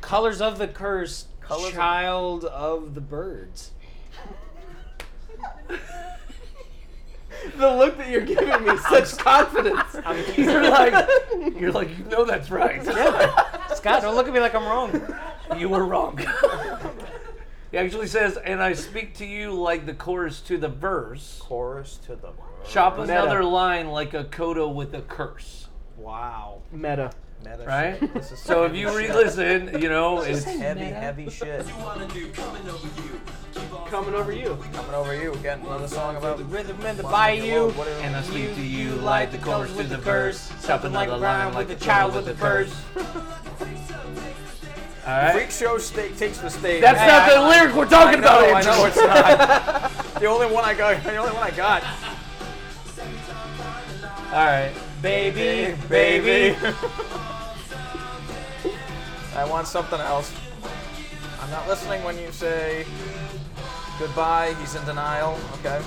Speaker 4: Colors of the Curse,
Speaker 3: Colors of-
Speaker 4: Child of the Birds.
Speaker 2: The look that you're giving
Speaker 4: [laughs]
Speaker 2: me, such confidence. You're like, you're like, you know that's right.
Speaker 4: Scott, don't look at me like I'm wrong.
Speaker 1: You were wrong. [laughs] he actually says, and I speak to you like the chorus to the verse.
Speaker 3: Chorus to the.
Speaker 1: Chop
Speaker 2: Meta.
Speaker 1: another line like a coda with a curse.
Speaker 4: Wow.
Speaker 2: Meta.
Speaker 3: Meta
Speaker 1: Right?
Speaker 3: shit. This is
Speaker 1: So if
Speaker 3: heavy
Speaker 1: you
Speaker 3: shit.
Speaker 1: re-listen, you know, it's
Speaker 3: Heavy, heavy shit.
Speaker 2: Coming over you.
Speaker 3: Coming over you, getting another song about.
Speaker 4: Rhythm in the bayou.
Speaker 1: and I speak to you
Speaker 4: You
Speaker 1: like the chorus to the verse. Chop
Speaker 4: Something like
Speaker 1: another
Speaker 4: a
Speaker 1: line
Speaker 4: rhyme
Speaker 1: like
Speaker 4: with
Speaker 1: a
Speaker 4: a
Speaker 1: child with a curse. All right.
Speaker 3: Freak show sta- takes the stage.
Speaker 1: That's not the lyric we're talking
Speaker 3: no,
Speaker 1: about.
Speaker 3: I
Speaker 1: Andrew.
Speaker 3: know it's not. [laughs] the only one I got. The only one I got.
Speaker 1: All right.
Speaker 4: Baby, baby.
Speaker 3: baby. [laughs] I want something else. I'm not listening when you say goodbye. He's in denial. Okay.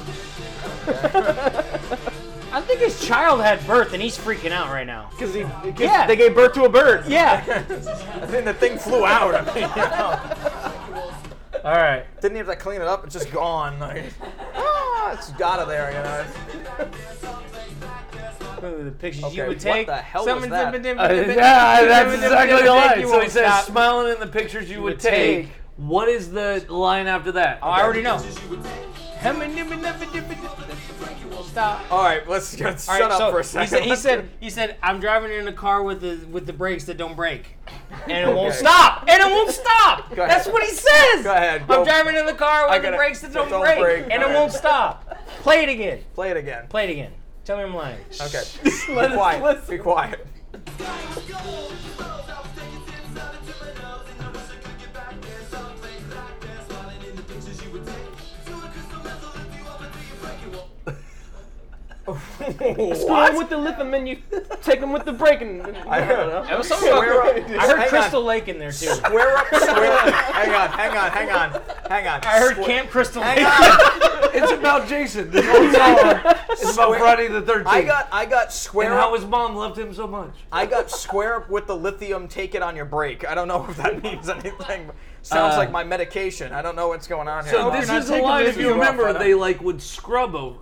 Speaker 4: I think his child had birth and he's freaking out right now.
Speaker 2: Because he, 'cause
Speaker 4: Yeah.
Speaker 2: they gave birth to a bird.
Speaker 4: Yeah.
Speaker 3: I think the thing flew out. I mean, you know.
Speaker 1: All right.
Speaker 3: Didn't even have to clean it up. It's just gone. Like, ah, it's got of there, you know.
Speaker 4: Ooh, the pictures
Speaker 3: Okay,
Speaker 4: you would
Speaker 3: what
Speaker 4: take.
Speaker 3: the hell was
Speaker 4: Someone
Speaker 3: that?
Speaker 4: dim- dim-
Speaker 1: Uh,
Speaker 4: dim- dim-
Speaker 1: yeah,
Speaker 4: dim-
Speaker 1: that's
Speaker 4: dim- dim-
Speaker 1: exactly
Speaker 4: dim-
Speaker 1: the
Speaker 4: dim-
Speaker 1: line.
Speaker 4: dim- you
Speaker 1: So he
Speaker 4: won't
Speaker 1: says,
Speaker 4: stop.
Speaker 1: smiling in the pictures you would
Speaker 4: would take.
Speaker 1: take. What is the line after that?
Speaker 4: I already know. Dim- dim- dim- dim- dim- dim- dim- Stop.
Speaker 3: All right, let's get,
Speaker 4: All
Speaker 3: shut
Speaker 4: right,
Speaker 3: up
Speaker 4: so
Speaker 3: for a
Speaker 4: he
Speaker 3: second.
Speaker 4: said, he said, he said, I'm driving in a car with the with the brakes that don't break, and it won't
Speaker 3: Okay.
Speaker 4: stop, and it won't stop.
Speaker 3: Go ahead.
Speaker 4: That's what he says.
Speaker 3: Go ahead, go.
Speaker 4: I'm driving in the car
Speaker 3: I
Speaker 4: with the
Speaker 3: gotta-
Speaker 4: brakes that don't,
Speaker 3: don't
Speaker 4: break,
Speaker 3: break,
Speaker 4: and it
Speaker 3: all
Speaker 4: won't
Speaker 3: right.
Speaker 4: stop. Play it again.
Speaker 3: [laughs] play it again.
Speaker 4: Play it again. Tell me I'm lying.
Speaker 3: Okay. Be quiet. Be quiet.
Speaker 2: What? with the lip and then you take them with the break and.
Speaker 3: I heard
Speaker 4: That
Speaker 3: [laughs]
Speaker 4: was something.
Speaker 3: Square up.
Speaker 4: I heard
Speaker 3: Hang on.
Speaker 4: Crystal Lake in there too.
Speaker 3: Square up. Square up. Hang on. Hang on. Hang on. Hang on.
Speaker 4: I heard
Speaker 3: Square-
Speaker 4: Camp Crystal Lake.
Speaker 3: Hang on.
Speaker 1: It's about [laughs] Jason. This whole song is about Friday the 13th.
Speaker 3: I got. I got
Speaker 1: and
Speaker 3: square
Speaker 1: how
Speaker 3: up.
Speaker 1: his mom loved him so much.
Speaker 3: I got square up with the lithium. Take it on your break. I don't know if that [laughs] means anything. but Sounds
Speaker 1: Uh,
Speaker 3: like my medication. I don't know what's going on here.
Speaker 1: So
Speaker 3: Oh,
Speaker 1: this
Speaker 3: you're not
Speaker 1: is the
Speaker 3: taking
Speaker 1: line,
Speaker 3: this
Speaker 1: if you
Speaker 3: as well,
Speaker 1: remember,
Speaker 3: but-
Speaker 1: they like would scrub over,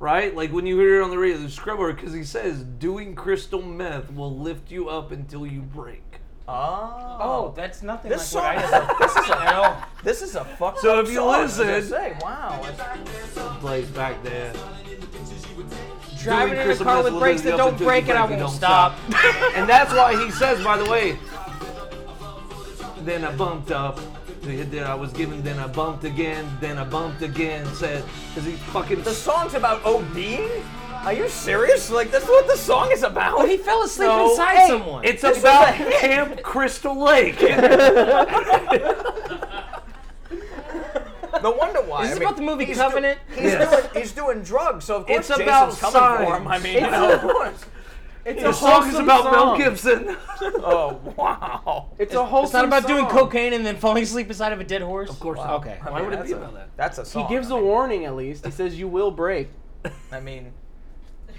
Speaker 1: right? Like when you hear it on the radio, they scrub over because he says doing crystal meth will lift you up until you break.
Speaker 4: [laughs] Oh,
Speaker 3: Oh.
Speaker 4: that's nothing
Speaker 3: This
Speaker 4: like
Speaker 3: song-
Speaker 4: what I did.
Speaker 3: [laughs] this is a-
Speaker 4: at all.
Speaker 3: This is a fuck.
Speaker 1: So
Speaker 3: up
Speaker 1: if you
Speaker 3: song, I was gonna
Speaker 1: listen-
Speaker 3: Say, wow. it's-
Speaker 1: Plays back there.
Speaker 4: Driving in a
Speaker 1: Crystal
Speaker 4: car
Speaker 1: Meth
Speaker 4: with
Speaker 1: will
Speaker 4: brakes
Speaker 1: lift you
Speaker 4: that
Speaker 1: up
Speaker 4: don't
Speaker 1: until
Speaker 4: break,
Speaker 1: you
Speaker 4: and I
Speaker 1: break and
Speaker 4: won't
Speaker 1: don't
Speaker 4: stop.
Speaker 1: And that's why he says, by the way, then I bumped up. Then I was given, then I bumped again, then I bumped again, said, because he fucking.
Speaker 3: The song's about ODing. Are you serious? Like that's what the song is about.
Speaker 4: He fell asleep
Speaker 1: No,
Speaker 4: inside
Speaker 1: hey,
Speaker 4: someone.
Speaker 1: It's
Speaker 3: This is
Speaker 1: about
Speaker 3: a
Speaker 1: [laughs]
Speaker 3: hit.
Speaker 1: Camp Crystal Lake.
Speaker 3: No wonder why.
Speaker 4: Is
Speaker 3: I
Speaker 4: this
Speaker 3: mean,
Speaker 4: about the movie
Speaker 3: he's
Speaker 4: Covenant?
Speaker 3: Do, he's,
Speaker 1: Yes.
Speaker 3: doing, he's doing drugs, so of course
Speaker 1: It's
Speaker 3: Jason's
Speaker 1: about
Speaker 3: coming for him. I
Speaker 1: signs.
Speaker 3: mean, you
Speaker 1: It's
Speaker 3: know, of course.
Speaker 2: It's
Speaker 1: the
Speaker 2: a
Speaker 1: song is
Speaker 2: wholesome
Speaker 1: about Mel
Speaker 2: song.
Speaker 3: [laughs]
Speaker 1: Gibson.
Speaker 3: Oh wow.
Speaker 2: It's a wholesome
Speaker 4: It's not about doing
Speaker 2: song.
Speaker 4: cocaine and then falling asleep inside of a dead horse. Of
Speaker 1: course not.
Speaker 4: Okay.
Speaker 3: I
Speaker 1: Why
Speaker 3: mean,
Speaker 1: would it
Speaker 3: that's
Speaker 1: be
Speaker 3: a-
Speaker 1: about that?
Speaker 3: That's a
Speaker 2: He
Speaker 3: song.
Speaker 2: gives
Speaker 3: I
Speaker 2: a
Speaker 3: mean,
Speaker 2: warning at least. He says you will break.
Speaker 3: I mean,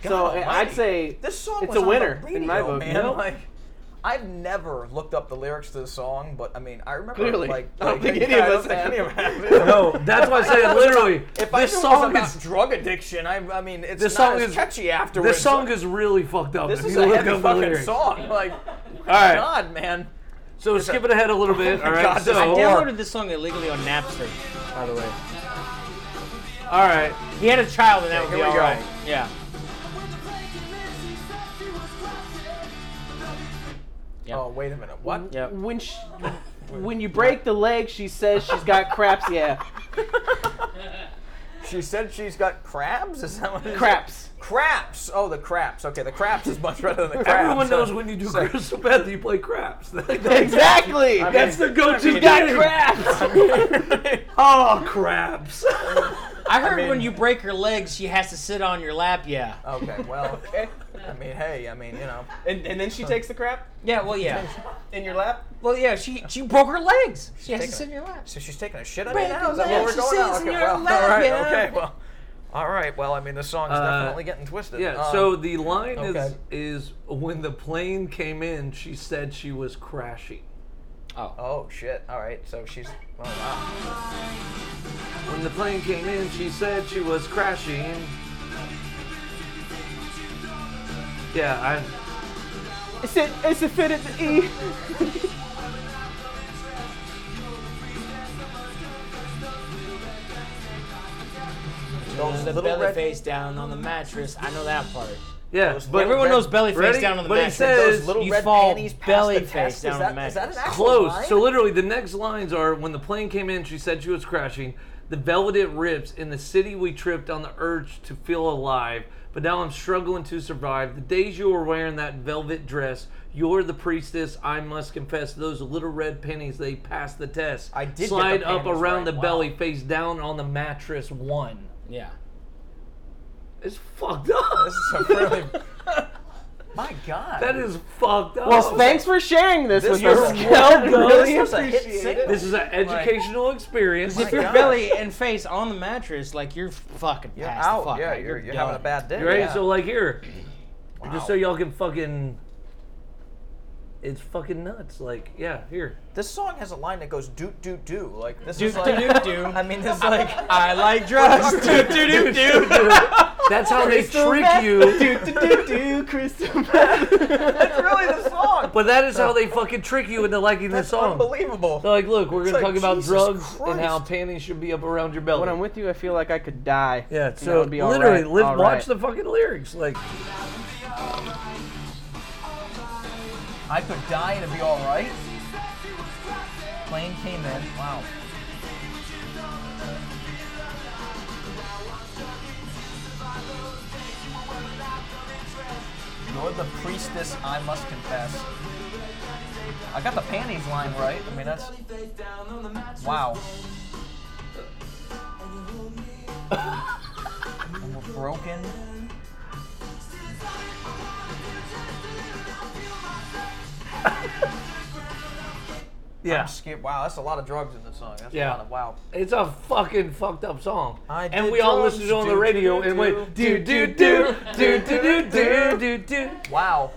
Speaker 2: So
Speaker 3: God
Speaker 2: I'd
Speaker 3: almighty.
Speaker 2: say
Speaker 3: this song
Speaker 2: it's
Speaker 3: was
Speaker 2: a
Speaker 3: on the
Speaker 2: winner in my
Speaker 3: radio,
Speaker 2: book.
Speaker 3: Man.
Speaker 2: Nope.
Speaker 3: Like, I've never looked up the lyrics to the song, but I mean, I remember
Speaker 2: Clearly.
Speaker 3: like
Speaker 2: I don't
Speaker 3: like,
Speaker 2: think any of
Speaker 3: yeah, [laughs] I don't
Speaker 2: us
Speaker 3: think
Speaker 2: have.
Speaker 3: any of us
Speaker 1: [laughs]
Speaker 3: have.
Speaker 1: No, Oh, that's why I
Speaker 3: [laughs]
Speaker 1: said literally.
Speaker 3: If I
Speaker 1: this
Speaker 3: knew
Speaker 1: song
Speaker 3: it was
Speaker 1: is
Speaker 3: about drug addiction, I, I mean, it's
Speaker 1: This
Speaker 3: not
Speaker 1: song
Speaker 3: as
Speaker 1: is-
Speaker 3: catchy afterwards.
Speaker 1: this song is really fucked up.
Speaker 3: This
Speaker 1: if
Speaker 3: is
Speaker 1: you
Speaker 3: a
Speaker 1: look
Speaker 3: heavy
Speaker 1: up the
Speaker 3: fucking
Speaker 1: lyrics.
Speaker 3: song. Like,
Speaker 1: All right,
Speaker 3: God, man.
Speaker 1: so skipping ahead a little
Speaker 3: [laughs]
Speaker 1: bit. All right,
Speaker 3: God,
Speaker 1: so
Speaker 3: this is
Speaker 4: I
Speaker 3: Or-
Speaker 4: downloaded this song illegally on Napster, by the way.
Speaker 1: all right,
Speaker 4: He had a child, and that would
Speaker 3: here
Speaker 4: be
Speaker 3: we go.
Speaker 4: alright. Yeah. Yep.
Speaker 3: Oh, wait a minute. What?
Speaker 4: Yep.
Speaker 2: When sh when you break the leg, she says she's got craps. Yeah,
Speaker 3: She said she's got crabs? Is that what it is?
Speaker 2: craps.
Speaker 3: Craps! Oh, the craps. Okay, the craps is much
Speaker 1: [laughs]
Speaker 3: better than the crabs.
Speaker 1: everyone knows when you do crystal meth, you play craps. [laughs]
Speaker 3: [laughs]
Speaker 2: Exactly.
Speaker 1: that's the go-to
Speaker 2: she's got
Speaker 1: game.
Speaker 2: craps.
Speaker 1: [laughs] Oh,
Speaker 3: [laughs]
Speaker 1: craps.
Speaker 4: I Oh. heard
Speaker 3: mean-
Speaker 4: when you break her legs, she has to sit on your lap. Yeah.
Speaker 3: Okay, well, I mean, hey, I mean, you know.
Speaker 2: and, and then she takes the crap
Speaker 4: Yeah. Well, [laughs] yeah.
Speaker 2: in your lap.
Speaker 4: Well, yeah. She she broke her legs. She has to
Speaker 3: taking
Speaker 4: sit in your lap.
Speaker 3: So she's taking a shit on you
Speaker 4: Breaking
Speaker 3: now? Is that what
Speaker 4: legs,
Speaker 3: we're
Speaker 4: she
Speaker 3: going on?
Speaker 4: sits in
Speaker 3: Okay,
Speaker 4: your
Speaker 3: well,
Speaker 4: lap,
Speaker 3: all right,
Speaker 4: yeah.
Speaker 3: okay, well. All right. Well, I mean, the song's
Speaker 1: Uh,
Speaker 3: definitely getting twisted.
Speaker 1: Yeah.
Speaker 3: Um,
Speaker 1: so the line
Speaker 3: okay.
Speaker 1: is is when the plane came in, she said she was crashing.
Speaker 3: Oh shit. All right. So she's. Oh wow.
Speaker 1: When the plane came in, she said she was crashing. Yeah, I.
Speaker 6: Is it is it fit at the E?
Speaker 3: Those
Speaker 4: the
Speaker 3: little
Speaker 4: belly
Speaker 3: red-
Speaker 4: face down on the mattress. I know that part.
Speaker 1: Yeah, but
Speaker 4: Everyone
Speaker 3: red-
Speaker 4: knows belly face
Speaker 1: ready?
Speaker 4: down on the
Speaker 1: But he
Speaker 4: mattress.
Speaker 1: says-
Speaker 3: Those little
Speaker 4: you
Speaker 3: red
Speaker 4: fall
Speaker 3: panties past
Speaker 4: belly
Speaker 3: the
Speaker 4: face
Speaker 3: test?
Speaker 4: down on
Speaker 3: is that,
Speaker 4: the
Speaker 3: is that an
Speaker 4: mattress.
Speaker 3: actual
Speaker 1: close.
Speaker 3: line?
Speaker 1: So literally, the next lines are when the plane came in, she said she was crashing. The velvet it rips. In the city, we tripped on the urge to feel alive. But now I'm struggling to survive. The days you were wearing that velvet dress, you're the priestess. I must confess, those little red pennies they passed the test.
Speaker 3: I did get the
Speaker 1: slide up
Speaker 3: panties
Speaker 1: around
Speaker 3: right,
Speaker 1: the
Speaker 3: wow.
Speaker 1: belly, face down on the mattress. One.
Speaker 4: Yeah.
Speaker 1: It's fucked up.
Speaker 3: This is a
Speaker 4: [laughs]
Speaker 3: really. My God.
Speaker 1: that is fucked up.
Speaker 6: Well, thanks for sharing this,
Speaker 3: This
Speaker 6: with us.
Speaker 3: was- [laughs]
Speaker 6: Kel
Speaker 3: This
Speaker 6: Goes.
Speaker 3: was
Speaker 6: [laughs]
Speaker 3: a hit single.
Speaker 1: This is an educational experience.
Speaker 4: If your
Speaker 3: Oh God.
Speaker 4: belly and face on the mattress, like you're fucking
Speaker 3: You're
Speaker 4: past
Speaker 3: out.
Speaker 4: the fuck.
Speaker 3: yeah,
Speaker 4: like,
Speaker 3: you're, you're, having a
Speaker 4: done.
Speaker 3: bad day.
Speaker 1: You ready?
Speaker 3: Yeah.
Speaker 1: So like here,
Speaker 3: Wow.
Speaker 1: just so y'all can fucking. It's fucking nuts. Like yeah, here.
Speaker 3: this song has a line that goes doot doot doo. Like this
Speaker 4: Doot [laughs]
Speaker 3: is like.
Speaker 4: doot doo.
Speaker 3: [laughs] I mean, it's like. [laughs]
Speaker 4: I like drugs. do do do do.
Speaker 1: [laughs] That's how they
Speaker 6: Crystal
Speaker 1: trick
Speaker 6: meth.
Speaker 1: you.
Speaker 6: Do, do, do, do, crystal meth.
Speaker 3: That's really the song.
Speaker 1: But that is how they fucking trick you into liking this
Speaker 3: That's
Speaker 1: song.
Speaker 3: unbelievable.
Speaker 1: They're like, look, we're gonna
Speaker 3: like,
Speaker 1: talk about
Speaker 3: Jesus
Speaker 1: drugs and
Speaker 3: Christ.
Speaker 1: how panties should be up around your belly.
Speaker 6: When I'm with you, I feel like I could die.
Speaker 1: yeah,
Speaker 6: And that
Speaker 1: so
Speaker 6: would be all
Speaker 1: literally,
Speaker 6: right,
Speaker 1: let's
Speaker 6: all
Speaker 1: watch
Speaker 6: right.
Speaker 1: the fucking lyrics. Like,
Speaker 3: I could die and it'd be all right. Plane came in. Wow. You're the priestess, I must confess. I got the panties line right. I mean, that's.
Speaker 1: [laughs]
Speaker 3: Wow. And we're broken.
Speaker 1: yeah,
Speaker 3: Skip. Wow, that's a lot of drugs in this song. That's
Speaker 1: Yeah.
Speaker 3: a lot of wow.
Speaker 1: it's a fucking fucked up song.
Speaker 3: I
Speaker 1: And
Speaker 3: did
Speaker 1: we all
Speaker 3: drugs,
Speaker 1: listened to it on the
Speaker 3: do,
Speaker 1: radio
Speaker 3: do,
Speaker 1: and went do do
Speaker 3: do, do,
Speaker 1: do do
Speaker 3: do,
Speaker 1: do
Speaker 3: do,
Speaker 1: do do do.
Speaker 3: Wow.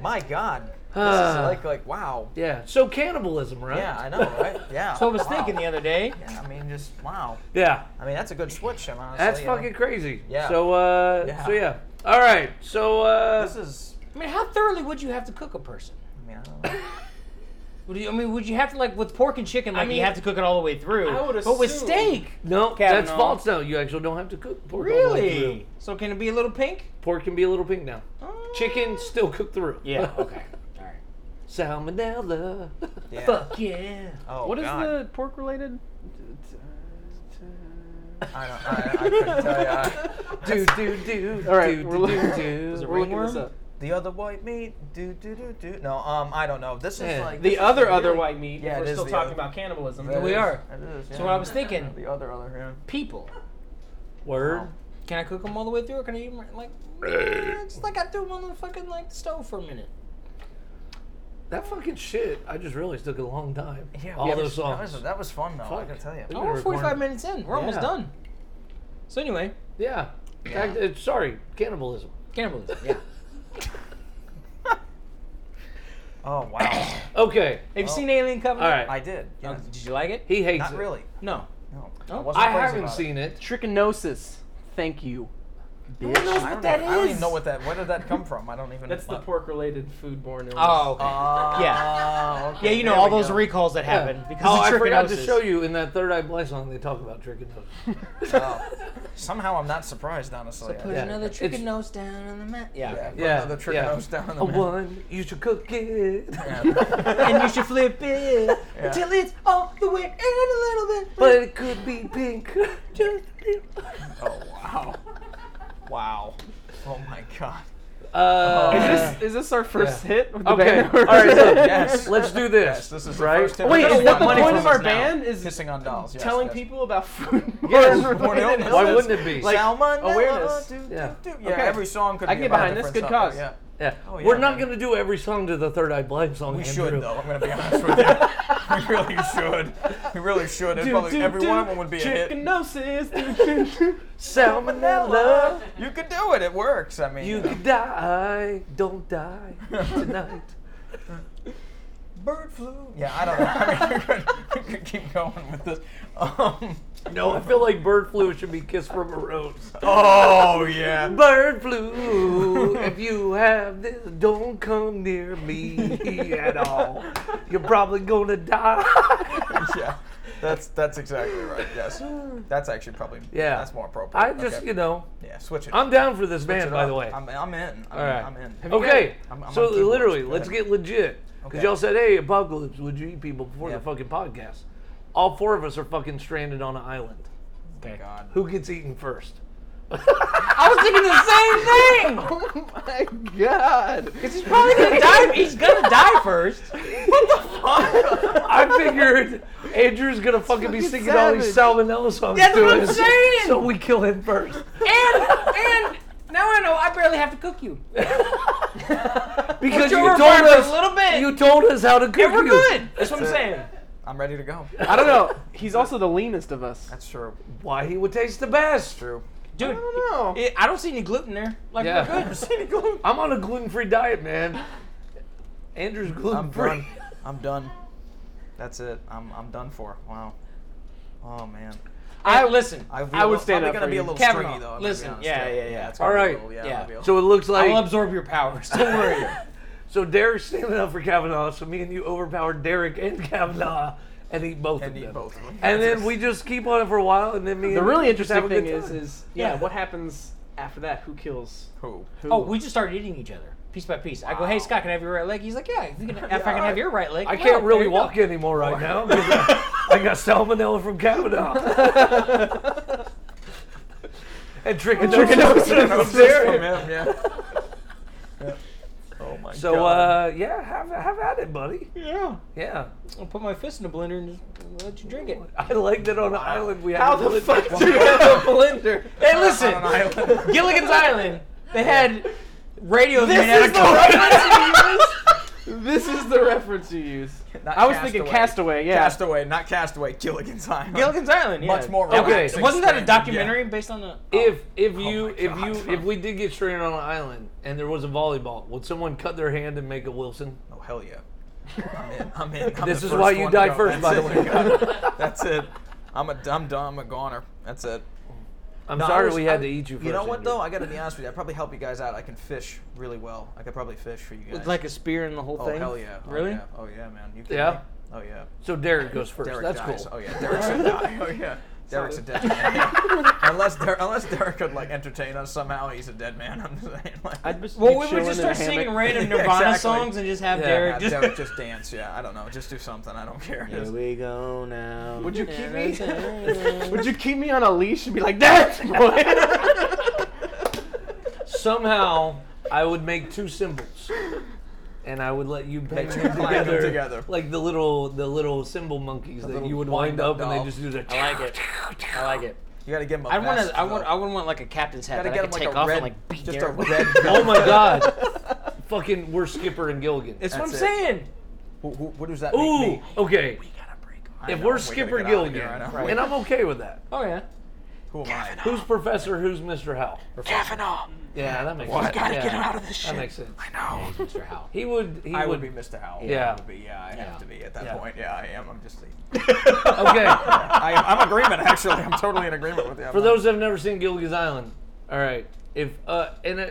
Speaker 3: My God.
Speaker 4: [sighs]
Speaker 3: This is
Speaker 1: Ah.
Speaker 3: like like wow.
Speaker 1: Yeah. So cannibalism, right?
Speaker 3: Yeah, I know, right? Yeah.
Speaker 4: So I was
Speaker 3: Wow.
Speaker 4: thinking the other day.
Speaker 3: Yeah, I mean, just wow.
Speaker 1: [laughs] Yeah.
Speaker 3: I mean, that's a good switch. I mean, honestly,
Speaker 1: That's
Speaker 3: you know.
Speaker 1: fucking crazy.
Speaker 3: Yeah.
Speaker 1: So uh
Speaker 3: Yeah.
Speaker 1: so yeah. All right. So uh
Speaker 3: This is.
Speaker 4: I mean, how thoroughly would you have to cook a person?
Speaker 3: I mean, I don't know.
Speaker 4: Would you, I mean, would you have to like with pork and chicken? Like you
Speaker 2: mean,
Speaker 4: have to cook it all the way through.
Speaker 2: I would
Speaker 4: but with
Speaker 2: assume-
Speaker 4: steak,
Speaker 1: no, that's
Speaker 4: Kavanaugh.
Speaker 1: false now. You actually don't have to cook pork. all the way through.
Speaker 4: really? So can it be a little pink?
Speaker 1: Pork can be a little pink now. Chicken still cooked through.
Speaker 4: [laughs] Yeah.
Speaker 1: [laughs]
Speaker 4: Okay. all right.
Speaker 1: Salmonella.
Speaker 3: Yeah.
Speaker 1: Fuck.
Speaker 4: Yeah.
Speaker 3: Oh,
Speaker 6: What is
Speaker 3: God.
Speaker 6: the pork related?
Speaker 3: I don't. I,
Speaker 4: [laughs]
Speaker 3: I couldn't tell you. I-
Speaker 1: Do do do.
Speaker 6: All right,
Speaker 1: do,
Speaker 6: we're
Speaker 1: do,
Speaker 6: looking-
Speaker 1: do, do.
Speaker 6: We're looking
Speaker 4: ringworm?
Speaker 6: this up.
Speaker 3: the other white meat. Do do do do. No, um, I don't know. This is
Speaker 1: Yeah.
Speaker 3: like
Speaker 2: The
Speaker 3: this is
Speaker 2: other other
Speaker 3: really-
Speaker 2: white meat. if
Speaker 3: Yeah, it
Speaker 2: we're
Speaker 3: is
Speaker 2: still
Speaker 3: the
Speaker 2: talking
Speaker 3: other-
Speaker 2: about cannibalism.
Speaker 3: That
Speaker 4: We
Speaker 3: is-
Speaker 4: are.
Speaker 3: that is,
Speaker 4: So
Speaker 3: yeah.
Speaker 4: what I was thinking,
Speaker 3: The other other.
Speaker 4: people.
Speaker 1: Word.
Speaker 4: Can I cook them all the way through, or can I eat 'em, like? eh, It's like I threw them on the fucking like the stove for a minute.
Speaker 1: That fucking shit. I just realized took a long time.
Speaker 3: Yeah. yeah
Speaker 1: All
Speaker 3: that
Speaker 1: those
Speaker 3: was- That
Speaker 1: songs.
Speaker 3: was, that was fun though. I
Speaker 1: Fuck.
Speaker 3: gotta tell you.
Speaker 1: We've
Speaker 4: Oh,
Speaker 1: been
Speaker 4: we're 45
Speaker 1: recording.
Speaker 4: minutes in. We're almost
Speaker 1: Yeah.
Speaker 4: done. So anyway,
Speaker 1: Yeah. Fact- uh, sorry, cannibalism.
Speaker 4: cannibalism. Yeah.
Speaker 3: Oh wow.
Speaker 1: Okay.
Speaker 4: Have you seen Alien
Speaker 1: All
Speaker 4: Covenant?
Speaker 1: right.
Speaker 3: I did.
Speaker 4: Oh,
Speaker 3: Yeah.
Speaker 4: did you like it?
Speaker 1: he hates
Speaker 3: Not
Speaker 1: it.
Speaker 3: really.
Speaker 4: No.
Speaker 3: No.
Speaker 4: Oh.
Speaker 3: wasn't
Speaker 1: I
Speaker 3: crazy
Speaker 1: haven't
Speaker 3: about it.
Speaker 1: seen it.
Speaker 6: Trichinosis. Thank you.
Speaker 4: Who knows
Speaker 3: I
Speaker 4: what
Speaker 3: don't,
Speaker 4: that
Speaker 3: even, I don't
Speaker 4: is?
Speaker 3: even know what that. Where did that come from? I don't even.
Speaker 2: That's the
Speaker 3: uh,
Speaker 2: pork-related foodborne illness.
Speaker 4: Oh. Okay.
Speaker 3: Ah,
Speaker 4: Yeah.
Speaker 3: okay,
Speaker 4: yeah, you know
Speaker 3: there
Speaker 4: all
Speaker 3: we
Speaker 4: those
Speaker 3: go.
Speaker 4: recalls that happen
Speaker 1: Yeah.
Speaker 4: because
Speaker 1: oh,
Speaker 4: of
Speaker 1: I forgot to
Speaker 4: trichinosis.
Speaker 1: show you in that Third Eye Blind song they talk about
Speaker 3: [laughs]
Speaker 1: trichinosis.
Speaker 3: Oh. somehow I'm not surprised, honestly.
Speaker 4: Put
Speaker 1: Yeah.
Speaker 4: another
Speaker 1: It's-
Speaker 4: chicken nose down on the mat. Yeah.
Speaker 3: yeah, put
Speaker 1: Yeah,
Speaker 3: another trick
Speaker 1: yeah.
Speaker 3: nose down on
Speaker 1: A
Speaker 3: the [laughs] map.
Speaker 1: one, you should cook it.
Speaker 4: [laughs]
Speaker 3: [laughs]
Speaker 4: and you should flip it until it's all the way in a little bit. [laughs]
Speaker 1: But it could be pink. [laughs] Just pink.
Speaker 3: Oh wow, wow. Oh my god.
Speaker 1: Uh,
Speaker 6: Is this, is this our first
Speaker 1: yeah.
Speaker 6: hit with the
Speaker 1: okay.
Speaker 6: band? [laughs]
Speaker 1: All right, so
Speaker 3: [laughs] Yes.
Speaker 1: let's do this.
Speaker 3: Yes, this is
Speaker 1: right?
Speaker 3: the first hit.
Speaker 6: Wait,
Speaker 3: We're
Speaker 6: is
Speaker 3: gonna
Speaker 6: that the
Speaker 3: want money
Speaker 6: point of
Speaker 3: from
Speaker 6: our
Speaker 3: us now.
Speaker 6: band? Is
Speaker 3: Pissing on dolls. Yes,
Speaker 6: telling
Speaker 3: yes. [laughs]
Speaker 6: people about food?
Speaker 1: Yes.
Speaker 6: born
Speaker 3: Born
Speaker 6: related
Speaker 3: illness.
Speaker 1: Why
Speaker 6: illness?
Speaker 1: wouldn't it be?
Speaker 6: Like,
Speaker 3: Salmonella,
Speaker 6: awareness.
Speaker 3: do, do,
Speaker 1: Yeah.
Speaker 3: do. Yeah,
Speaker 6: Okay.
Speaker 3: every song could
Speaker 6: I
Speaker 3: be
Speaker 6: get
Speaker 3: about a
Speaker 6: behind this.
Speaker 3: different
Speaker 6: Good
Speaker 3: subject,
Speaker 6: cause.
Speaker 3: Yeah.
Speaker 1: Yeah.
Speaker 3: Oh, yeah,
Speaker 1: We're not
Speaker 3: man.
Speaker 1: going to do every song to the Third Eye Blind song.
Speaker 3: We
Speaker 1: Andrew.
Speaker 3: should, though. I'm gonna be honest with you. we really should. We really should. It's probably every one of them would be a hit.
Speaker 6: Chickenosis. doo, doo, doo.
Speaker 3: [laughs]
Speaker 1: Salmonella.
Speaker 3: You could do it. It works. I mean,
Speaker 1: You could die. Don't
Speaker 3: [laughs]
Speaker 1: die tonight.
Speaker 3: bird flu. Yeah, I don't know. I mean, [laughs] we could, we could keep going with this. Um,
Speaker 1: no, I feel like bird flu should be Kiss from a Rose.
Speaker 3: oh
Speaker 1: [laughs]
Speaker 3: yeah.
Speaker 1: Bird flu, if you have this, don't come near me at all. You're probably gonna die. [laughs]
Speaker 3: yeah. That's that's exactly right. Yes. That's actually probably
Speaker 1: Yeah.
Speaker 3: That's more appropriate.
Speaker 1: I just,
Speaker 3: Okay.
Speaker 1: you know,
Speaker 3: yeah. Switch it.
Speaker 1: I'm down for this
Speaker 3: Switch
Speaker 1: band,
Speaker 3: it
Speaker 1: by
Speaker 3: up.
Speaker 1: the way.
Speaker 3: I'm, I'm in. I'm,
Speaker 1: all right.
Speaker 3: I'm in. Oh,
Speaker 1: Okay,
Speaker 3: I'm- I'm on
Speaker 1: so
Speaker 3: keyboards.
Speaker 1: literally,
Speaker 3: Go
Speaker 1: let's
Speaker 3: ahead.
Speaker 1: get legit. Because
Speaker 3: Okay.
Speaker 1: y'all said, hey, apocalypse, would you eat people before
Speaker 3: Yeah.
Speaker 1: the fucking podcast? All four of us are fucking stranded on an island.
Speaker 3: Thank God.
Speaker 1: Who gets eaten
Speaker 3: [laughs]
Speaker 1: first?
Speaker 4: I was thinking [laughs] the same thing.
Speaker 6: Oh my god.
Speaker 4: He's probably gonna die. He's gonna die first.
Speaker 1: I figured Andrew's gonna fucking be
Speaker 6: fucking
Speaker 1: singing all these salmonella songs
Speaker 4: That's
Speaker 1: to
Speaker 4: what I'm
Speaker 1: us,
Speaker 4: saying!
Speaker 1: so we kill him first.
Speaker 4: And and now I know I barely have to cook [laughs] you.
Speaker 1: Because
Speaker 4: You're
Speaker 1: you told
Speaker 4: refined for
Speaker 1: us
Speaker 4: a little bit.
Speaker 1: you told us how to cook
Speaker 4: and we're
Speaker 1: you.
Speaker 4: good. That's what I'm saying.
Speaker 3: I'm ready to go.
Speaker 6: I don't know. He's also the leanest of us.
Speaker 3: That's true.
Speaker 1: Why he would taste the best?
Speaker 3: True.
Speaker 4: Dude,
Speaker 6: I don't know.
Speaker 4: it, I don't see any gluten there. Like
Speaker 1: Yeah.
Speaker 4: [laughs] we're good.
Speaker 1: I'm on a gluten-free diet, man. Andrew's
Speaker 3: I'm done.
Speaker 1: gluten-free.
Speaker 3: I'm done. That's it. I'm I'm done for. Wow. Oh man.
Speaker 4: I listen.
Speaker 3: I,
Speaker 6: I would stand
Speaker 3: probably
Speaker 6: up
Speaker 3: gonna
Speaker 6: for
Speaker 3: be
Speaker 6: you.
Speaker 3: a little
Speaker 4: Kavanaugh,
Speaker 3: stringy though. I'm gonna be
Speaker 4: listen,
Speaker 3: honest.
Speaker 4: yeah, yeah, yeah.
Speaker 3: it's gonna
Speaker 1: All
Speaker 3: be a
Speaker 1: right.
Speaker 3: little- yeah.
Speaker 4: Yeah.
Speaker 3: it'll be a
Speaker 1: So it looks
Speaker 4: I'll
Speaker 1: like
Speaker 4: absorb your powers. Don't [laughs] worry.
Speaker 1: so Derek's standing up for Kavanaugh, so me and you overpower Derek and Kavanaugh and eat both
Speaker 3: and
Speaker 1: of
Speaker 3: eat
Speaker 1: them.
Speaker 3: both of them.
Speaker 1: And then we just keep on it for a while, and then me.
Speaker 6: The
Speaker 1: and
Speaker 6: really
Speaker 1: you just have
Speaker 6: interesting
Speaker 1: a
Speaker 6: thing
Speaker 1: good
Speaker 6: is,
Speaker 1: time.
Speaker 6: is yeah,
Speaker 4: Yeah.
Speaker 6: what happens after that? Who kills
Speaker 3: Who?
Speaker 6: who?
Speaker 4: oh, we just started eating each other, piece by piece. I go, hey Scott, can I have your right leg? He's like, yeah. If, you can, if I can have your right leg,
Speaker 1: I
Speaker 4: yeah,
Speaker 1: can't
Speaker 4: Oh, there
Speaker 1: really
Speaker 4: you go."
Speaker 1: walk anymore right now. 'cause I, I got salmonella from Kavanaugh and
Speaker 3: From
Speaker 1: trichinosis.
Speaker 3: him, yeah. Yeah. Oh my
Speaker 1: so
Speaker 3: god.
Speaker 1: uh, yeah, have have at it, buddy.
Speaker 4: Yeah.
Speaker 1: Yeah,
Speaker 4: I'll put my fist in a blender and just let you drink it.
Speaker 1: I like that on an island we have.
Speaker 6: How
Speaker 1: a
Speaker 6: the
Speaker 1: [laughs] really-
Speaker 6: fuck do you have
Speaker 1: [laughs]
Speaker 6: a blender?
Speaker 4: Hey, listen,
Speaker 3: On an
Speaker 4: [laughs]
Speaker 3: island.
Speaker 4: Gilligan's Island. They had radios made out
Speaker 6: is
Speaker 4: of
Speaker 6: the
Speaker 4: coke. [laughs]
Speaker 6: This is the reference you use.
Speaker 3: Not
Speaker 6: I was thinking
Speaker 3: Castaway.
Speaker 6: Castaway. Yeah.
Speaker 3: Castaway, not Castaway. Gilligan's Island.
Speaker 4: Gilligan's Island. Yeah.
Speaker 3: Much more
Speaker 1: Okay,
Speaker 3: relaxing
Speaker 4: Wasn't that a
Speaker 3: strand, yeah.
Speaker 4: documentary based on uh, a?
Speaker 1: If if you
Speaker 3: Oh my
Speaker 1: if
Speaker 3: God.
Speaker 1: you if we did get stranded on an island and there was a volleyball, would someone cut their hand and make a Wilson?
Speaker 3: Oh hell yeah! I'm in.
Speaker 1: [laughs]
Speaker 3: I'm in. I'm
Speaker 1: This
Speaker 3: the
Speaker 1: is
Speaker 3: first
Speaker 1: why you
Speaker 3: one to
Speaker 1: died
Speaker 3: go.
Speaker 1: first,
Speaker 3: That's
Speaker 1: by
Speaker 3: it.
Speaker 1: the way.
Speaker 3: God. [laughs] That's it. I'm a dumb dumb. I'm a goner. That's it.
Speaker 1: I'm
Speaker 3: No, I
Speaker 1: sorry
Speaker 3: was-
Speaker 1: we had
Speaker 3: I-
Speaker 1: to eat you. First,
Speaker 3: You know what
Speaker 1: Andrew.
Speaker 3: though? I gotta be honest with you. I probably help you guys out. I can fish really well. I could probably fish for you guys.
Speaker 4: With like a spear and the whole
Speaker 3: oh
Speaker 4: thing.
Speaker 3: hell yeah! Oh,
Speaker 4: Really?
Speaker 3: Yeah. Oh yeah, man. You kidding
Speaker 1: Yeah.
Speaker 3: me? Oh yeah.
Speaker 1: So Derek goes first.
Speaker 3: Derek
Speaker 1: That's
Speaker 3: dies.
Speaker 1: cool.
Speaker 3: Oh yeah. Derek's
Speaker 4: [laughs]
Speaker 3: a die. Oh yeah. Derek's a dead man. unless Der- unless Derek could like entertain us somehow, he's a dead man. [laughs] I'm just saying. Like,
Speaker 6: I'd just
Speaker 4: Well,
Speaker 6: be
Speaker 4: we would
Speaker 6: chilling
Speaker 4: just
Speaker 6: in a
Speaker 4: start singing
Speaker 6: hammock.
Speaker 4: [laughs] random
Speaker 3: Yeah,
Speaker 4: Nirvana
Speaker 3: exactly.
Speaker 4: songs and just have
Speaker 1: Yeah.
Speaker 4: Derek
Speaker 3: yeah,
Speaker 4: just. [laughs]
Speaker 3: Derek just dance. Yeah. I don't know. Just do something. I don't care.
Speaker 4: Here
Speaker 3: Just-
Speaker 4: we go now.
Speaker 6: Would you keep me? [laughs] would you keep me on a leash and be [laughs] like, "Dance, boy"? [laughs]
Speaker 1: Somehow, I would make two symbols, and I would let you bang
Speaker 3: Make two [laughs]
Speaker 1: them
Speaker 3: clang them
Speaker 1: together,
Speaker 3: together.
Speaker 1: like the little the little symbol monkeys that
Speaker 3: little
Speaker 1: you would wind
Speaker 3: wind-up
Speaker 1: up, and they
Speaker 3: doll.
Speaker 1: just do the.
Speaker 4: I
Speaker 1: [laughs]
Speaker 4: like it. I like it.
Speaker 3: you gotta give him a
Speaker 4: I want
Speaker 3: vest,
Speaker 4: to. I want.
Speaker 3: though.
Speaker 4: I would want like a captain's hat
Speaker 3: gotta
Speaker 4: that I
Speaker 3: get
Speaker 4: could
Speaker 3: him like
Speaker 4: take
Speaker 3: a
Speaker 4: off
Speaker 3: red,
Speaker 4: and like beat
Speaker 3: just a
Speaker 4: Derek.
Speaker 3: red.
Speaker 1: Oh my god! Fucking, we're Skipper and Gilligan.
Speaker 4: That's what I'm
Speaker 3: That's it.
Speaker 4: saying.
Speaker 3: Who, who, what does that make
Speaker 1: Ooh,
Speaker 3: me?
Speaker 1: okay.
Speaker 3: I
Speaker 1: If
Speaker 3: know,
Speaker 1: we're
Speaker 3: gotta
Speaker 1: Skipper
Speaker 3: get out of
Speaker 1: Gilligan,
Speaker 3: here, I know.
Speaker 1: and I'm okay with that.
Speaker 4: Oh yeah.
Speaker 3: Who am I?
Speaker 1: Who's Professor? Who's Mr. Howell?
Speaker 3: Kavanaugh.
Speaker 1: Yeah, that makes sense.
Speaker 3: gotta
Speaker 1: yeah,
Speaker 3: get him out of this
Speaker 1: That
Speaker 3: shit.
Speaker 1: makes sense.
Speaker 3: I know.
Speaker 4: Mr. Howell.
Speaker 1: He would. He
Speaker 3: I would
Speaker 1: would. [laughs]
Speaker 3: be Mr. Howell.
Speaker 1: Yeah.
Speaker 3: I would be, yeah, I
Speaker 4: Yeah.
Speaker 3: have to be at that
Speaker 1: Yeah.
Speaker 3: point. Yeah, I am. I'm just.
Speaker 1: okay.
Speaker 3: I am, I'm agreement. Actually, I'm totally in agreement with you. I'm
Speaker 1: For
Speaker 3: not-
Speaker 1: those that have never seen Gilligan's Island, all right. If uh, and uh,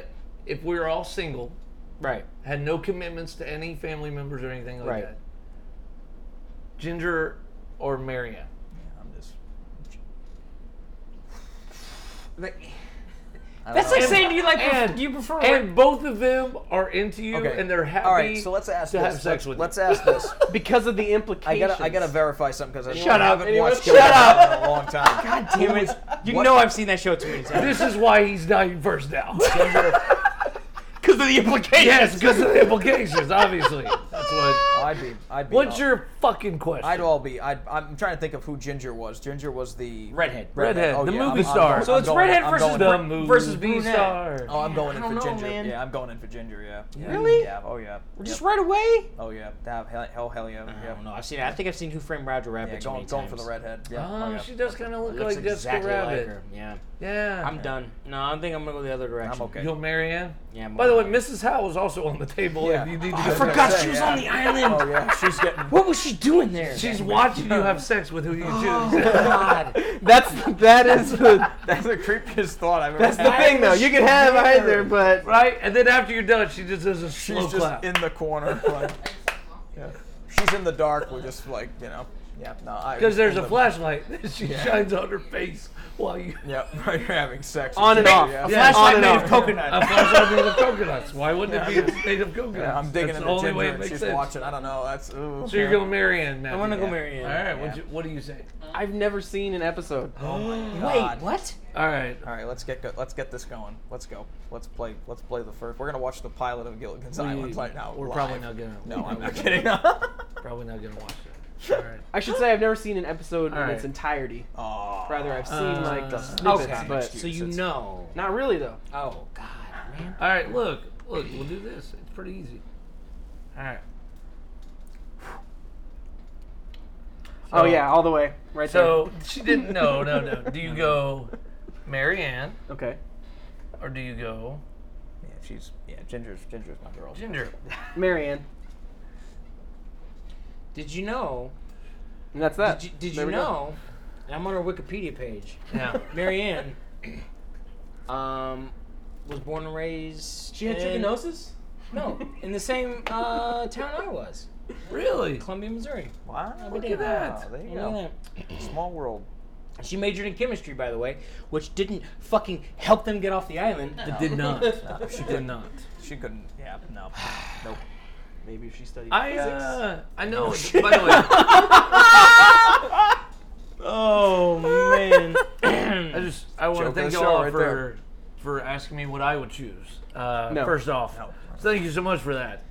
Speaker 1: if we were all single,
Speaker 4: Right.
Speaker 1: had no commitments to any family members or anything like
Speaker 4: Right.
Speaker 1: that, Ginger or Marianne?
Speaker 3: I'm just.
Speaker 4: Like,
Speaker 3: I don't
Speaker 4: that's
Speaker 3: know.
Speaker 4: like saying do you like
Speaker 1: and-
Speaker 4: pref- do you prefer
Speaker 1: And both of them are into you,
Speaker 3: Okay.
Speaker 1: and they're happy.
Speaker 3: All right, so let's ask
Speaker 1: to
Speaker 3: this.
Speaker 1: have sex
Speaker 3: let's,
Speaker 1: with
Speaker 3: let's ask this.
Speaker 6: because of the
Speaker 3: I
Speaker 6: implications.
Speaker 3: gotta, I gotta verify something because I
Speaker 1: Shut up,
Speaker 3: haven't
Speaker 1: anyone-
Speaker 3: watched
Speaker 1: shut
Speaker 3: Gilligan's Island in a long time. God
Speaker 4: Damn it. You
Speaker 3: What-
Speaker 4: know I've seen that show too many times.
Speaker 1: This is why he's dying first
Speaker 3: [laughs]
Speaker 1: now.
Speaker 4: Because of the implications.
Speaker 1: yes, because of the implications, obviously. That's That's what.
Speaker 3: Oh, I'd be. I'd be.
Speaker 1: What's
Speaker 3: all-
Speaker 1: your fucking question?
Speaker 3: I'd all be. I'd, I'm trying to think of who Ginger was. Ginger was the
Speaker 4: Redhead.
Speaker 1: Redhead,
Speaker 3: Oh,
Speaker 1: the
Speaker 3: yeah,
Speaker 1: movie
Speaker 3: I'm- I'm
Speaker 1: star.
Speaker 3: going-
Speaker 4: So
Speaker 3: I'm
Speaker 4: it's
Speaker 3: going-
Speaker 4: redhead
Speaker 3: I'm
Speaker 4: versus
Speaker 3: going-
Speaker 1: the
Speaker 4: Br-
Speaker 1: movie
Speaker 4: versus brunette.
Speaker 1: star.
Speaker 3: Oh, I'm going in
Speaker 6: I
Speaker 3: for
Speaker 6: don't know,
Speaker 3: Ginger.
Speaker 6: man.
Speaker 3: Yeah, I'm going in for Ginger. Yeah. yeah.
Speaker 4: Really?
Speaker 3: Yeah. Oh yeah.
Speaker 4: Just
Speaker 3: Yep.
Speaker 4: right away?
Speaker 3: Oh yeah. That- hell, hell, hell yeah.
Speaker 4: I
Speaker 3: Yeah.
Speaker 4: don't know. I've seen. I think I've seen Who Framed Roger Rabbit.
Speaker 3: Yeah,
Speaker 4: too
Speaker 3: going,
Speaker 4: many
Speaker 3: going for the
Speaker 4: times.
Speaker 3: redhead.
Speaker 1: Oh,
Speaker 3: Yeah. Oh, yeah.
Speaker 1: she does kind of look
Speaker 4: Looks
Speaker 1: like Jessica
Speaker 4: exactly
Speaker 1: Rabbit.
Speaker 4: like her. Yeah.
Speaker 1: Yeah.
Speaker 4: I'm done. No, I think I'm gonna go the other direction.
Speaker 3: I'm okay.
Speaker 1: You'll marry Anne?
Speaker 4: Yeah. I'm
Speaker 1: By the way,
Speaker 4: okay.
Speaker 1: Mrs. Howe is also on the table
Speaker 3: Yeah.
Speaker 1: if you
Speaker 3: [laughs]
Speaker 1: need to
Speaker 4: Oh, I
Speaker 1: go
Speaker 4: forgot
Speaker 1: there.
Speaker 4: she was
Speaker 3: Yeah.
Speaker 4: on the island.
Speaker 3: [laughs] Oh yeah. She's getting.
Speaker 4: What was she doing there?
Speaker 3: [laughs]
Speaker 1: She's watching you have sex with who you choose. [laughs]
Speaker 4: God. [laughs]
Speaker 6: That's that is the
Speaker 3: That's the creepiest thought I've ever.
Speaker 6: that's the
Speaker 3: had.
Speaker 6: thing though. You can have either, but
Speaker 1: right? And then after you're done, she just does a
Speaker 3: She's
Speaker 1: slow
Speaker 3: just
Speaker 1: clap.
Speaker 3: in
Speaker 1: [laughs]
Speaker 3: the corner. Like, yeah. She's in the dark. We're just like you know. Yeah. No. I-
Speaker 1: Because there's
Speaker 3: in
Speaker 1: a
Speaker 3: the-
Speaker 1: flashlight [laughs] that she shines on her face while you.
Speaker 3: Yeah. [laughs] You're having sex.
Speaker 6: on and
Speaker 3: Yeah.
Speaker 6: off.
Speaker 3: Yeah.
Speaker 6: A
Speaker 1: Yeah.
Speaker 6: flashlight
Speaker 1: On and
Speaker 6: made
Speaker 1: off.
Speaker 6: of coconut.
Speaker 1: A
Speaker 3: [laughs]
Speaker 1: flashlight made of coconuts. Why wouldn't it be made of coconuts?
Speaker 3: Yeah, I'm digging
Speaker 1: That's
Speaker 3: in
Speaker 1: the
Speaker 3: the
Speaker 1: only
Speaker 3: ginger
Speaker 1: way it
Speaker 3: and
Speaker 1: makes
Speaker 3: she's
Speaker 1: sense.
Speaker 3: watching. I don't know. That's ooh.
Speaker 1: So you're going to marry Anne now.
Speaker 4: I want to go marry
Speaker 1: All
Speaker 4: Ann.
Speaker 1: right. what'd
Speaker 3: Yeah.
Speaker 1: you- What do you say?
Speaker 6: I've never seen an episode.
Speaker 3: God.
Speaker 4: Wait, what?
Speaker 1: All right.
Speaker 3: Oh. All right, let's get go- let's get this going. Let's go. Let's play. Let's play the first. We're gonna watch the pilot of Gilligan's Island right now.
Speaker 1: We're
Speaker 3: live.
Speaker 1: probably not gonna.
Speaker 3: No,
Speaker 1: [laughs]
Speaker 3: I'm
Speaker 1: gonna-
Speaker 3: not kidding. [laughs]
Speaker 1: Probably not gonna watch it. All right.
Speaker 6: [gasps] I should say I've never seen an episode in
Speaker 1: Alright.
Speaker 6: its entirety.
Speaker 3: oh.
Speaker 6: Rather, I've seen
Speaker 1: Uh,
Speaker 6: like the
Speaker 1: okay.
Speaker 6: snippets, but
Speaker 4: So you know.
Speaker 6: not really though.
Speaker 4: Oh God, man.
Speaker 1: All right. Look. Look. We'll do this. It's pretty easy. All right.
Speaker 6: oh yeah, all the way, right
Speaker 1: So she didn't. No,
Speaker 6: [laughs]
Speaker 1: no, no. Do you go Mary Ann
Speaker 6: there. Okay.
Speaker 1: or do you go
Speaker 3: Yeah, she's yeah. Ginger's Ginger's my
Speaker 6: [laughs]
Speaker 3: girl.
Speaker 1: Ginger?
Speaker 6: Marianne,
Speaker 4: Did you know?
Speaker 6: and that's that.
Speaker 4: Did you, did
Speaker 6: There
Speaker 4: you
Speaker 6: we go.
Speaker 4: know? I'm on her Wikipedia page.
Speaker 1: Yeah.
Speaker 4: Marianne, um, was born and raised.
Speaker 6: She had
Speaker 4: in-
Speaker 6: trichinosis.
Speaker 4: No, in the same uh, town I was,
Speaker 1: Really?
Speaker 4: Columbia, Missouri.
Speaker 3: Wow.
Speaker 4: Look
Speaker 1: at
Speaker 3: Wow,
Speaker 1: that.
Speaker 3: There you
Speaker 4: Look at
Speaker 3: go.
Speaker 4: that.
Speaker 3: Small world.
Speaker 4: She majored in chemistry, by the way, which didn't fucking help them get off the island.
Speaker 1: It did not. she did not.
Speaker 3: She couldn't. Yeah.
Speaker 1: [sighs]
Speaker 3: No. Nope.
Speaker 6: Maybe if she studied.
Speaker 1: I uh, I know. By the way,
Speaker 4: Oh man.
Speaker 1: I just I want
Speaker 3: Joke
Speaker 1: to thank
Speaker 3: of the
Speaker 1: you
Speaker 3: show
Speaker 1: all
Speaker 3: right
Speaker 1: for
Speaker 3: there.
Speaker 1: for asking me what I would choose. Uh,
Speaker 6: No.
Speaker 1: First off,
Speaker 3: No.
Speaker 1: So thank you so much for that.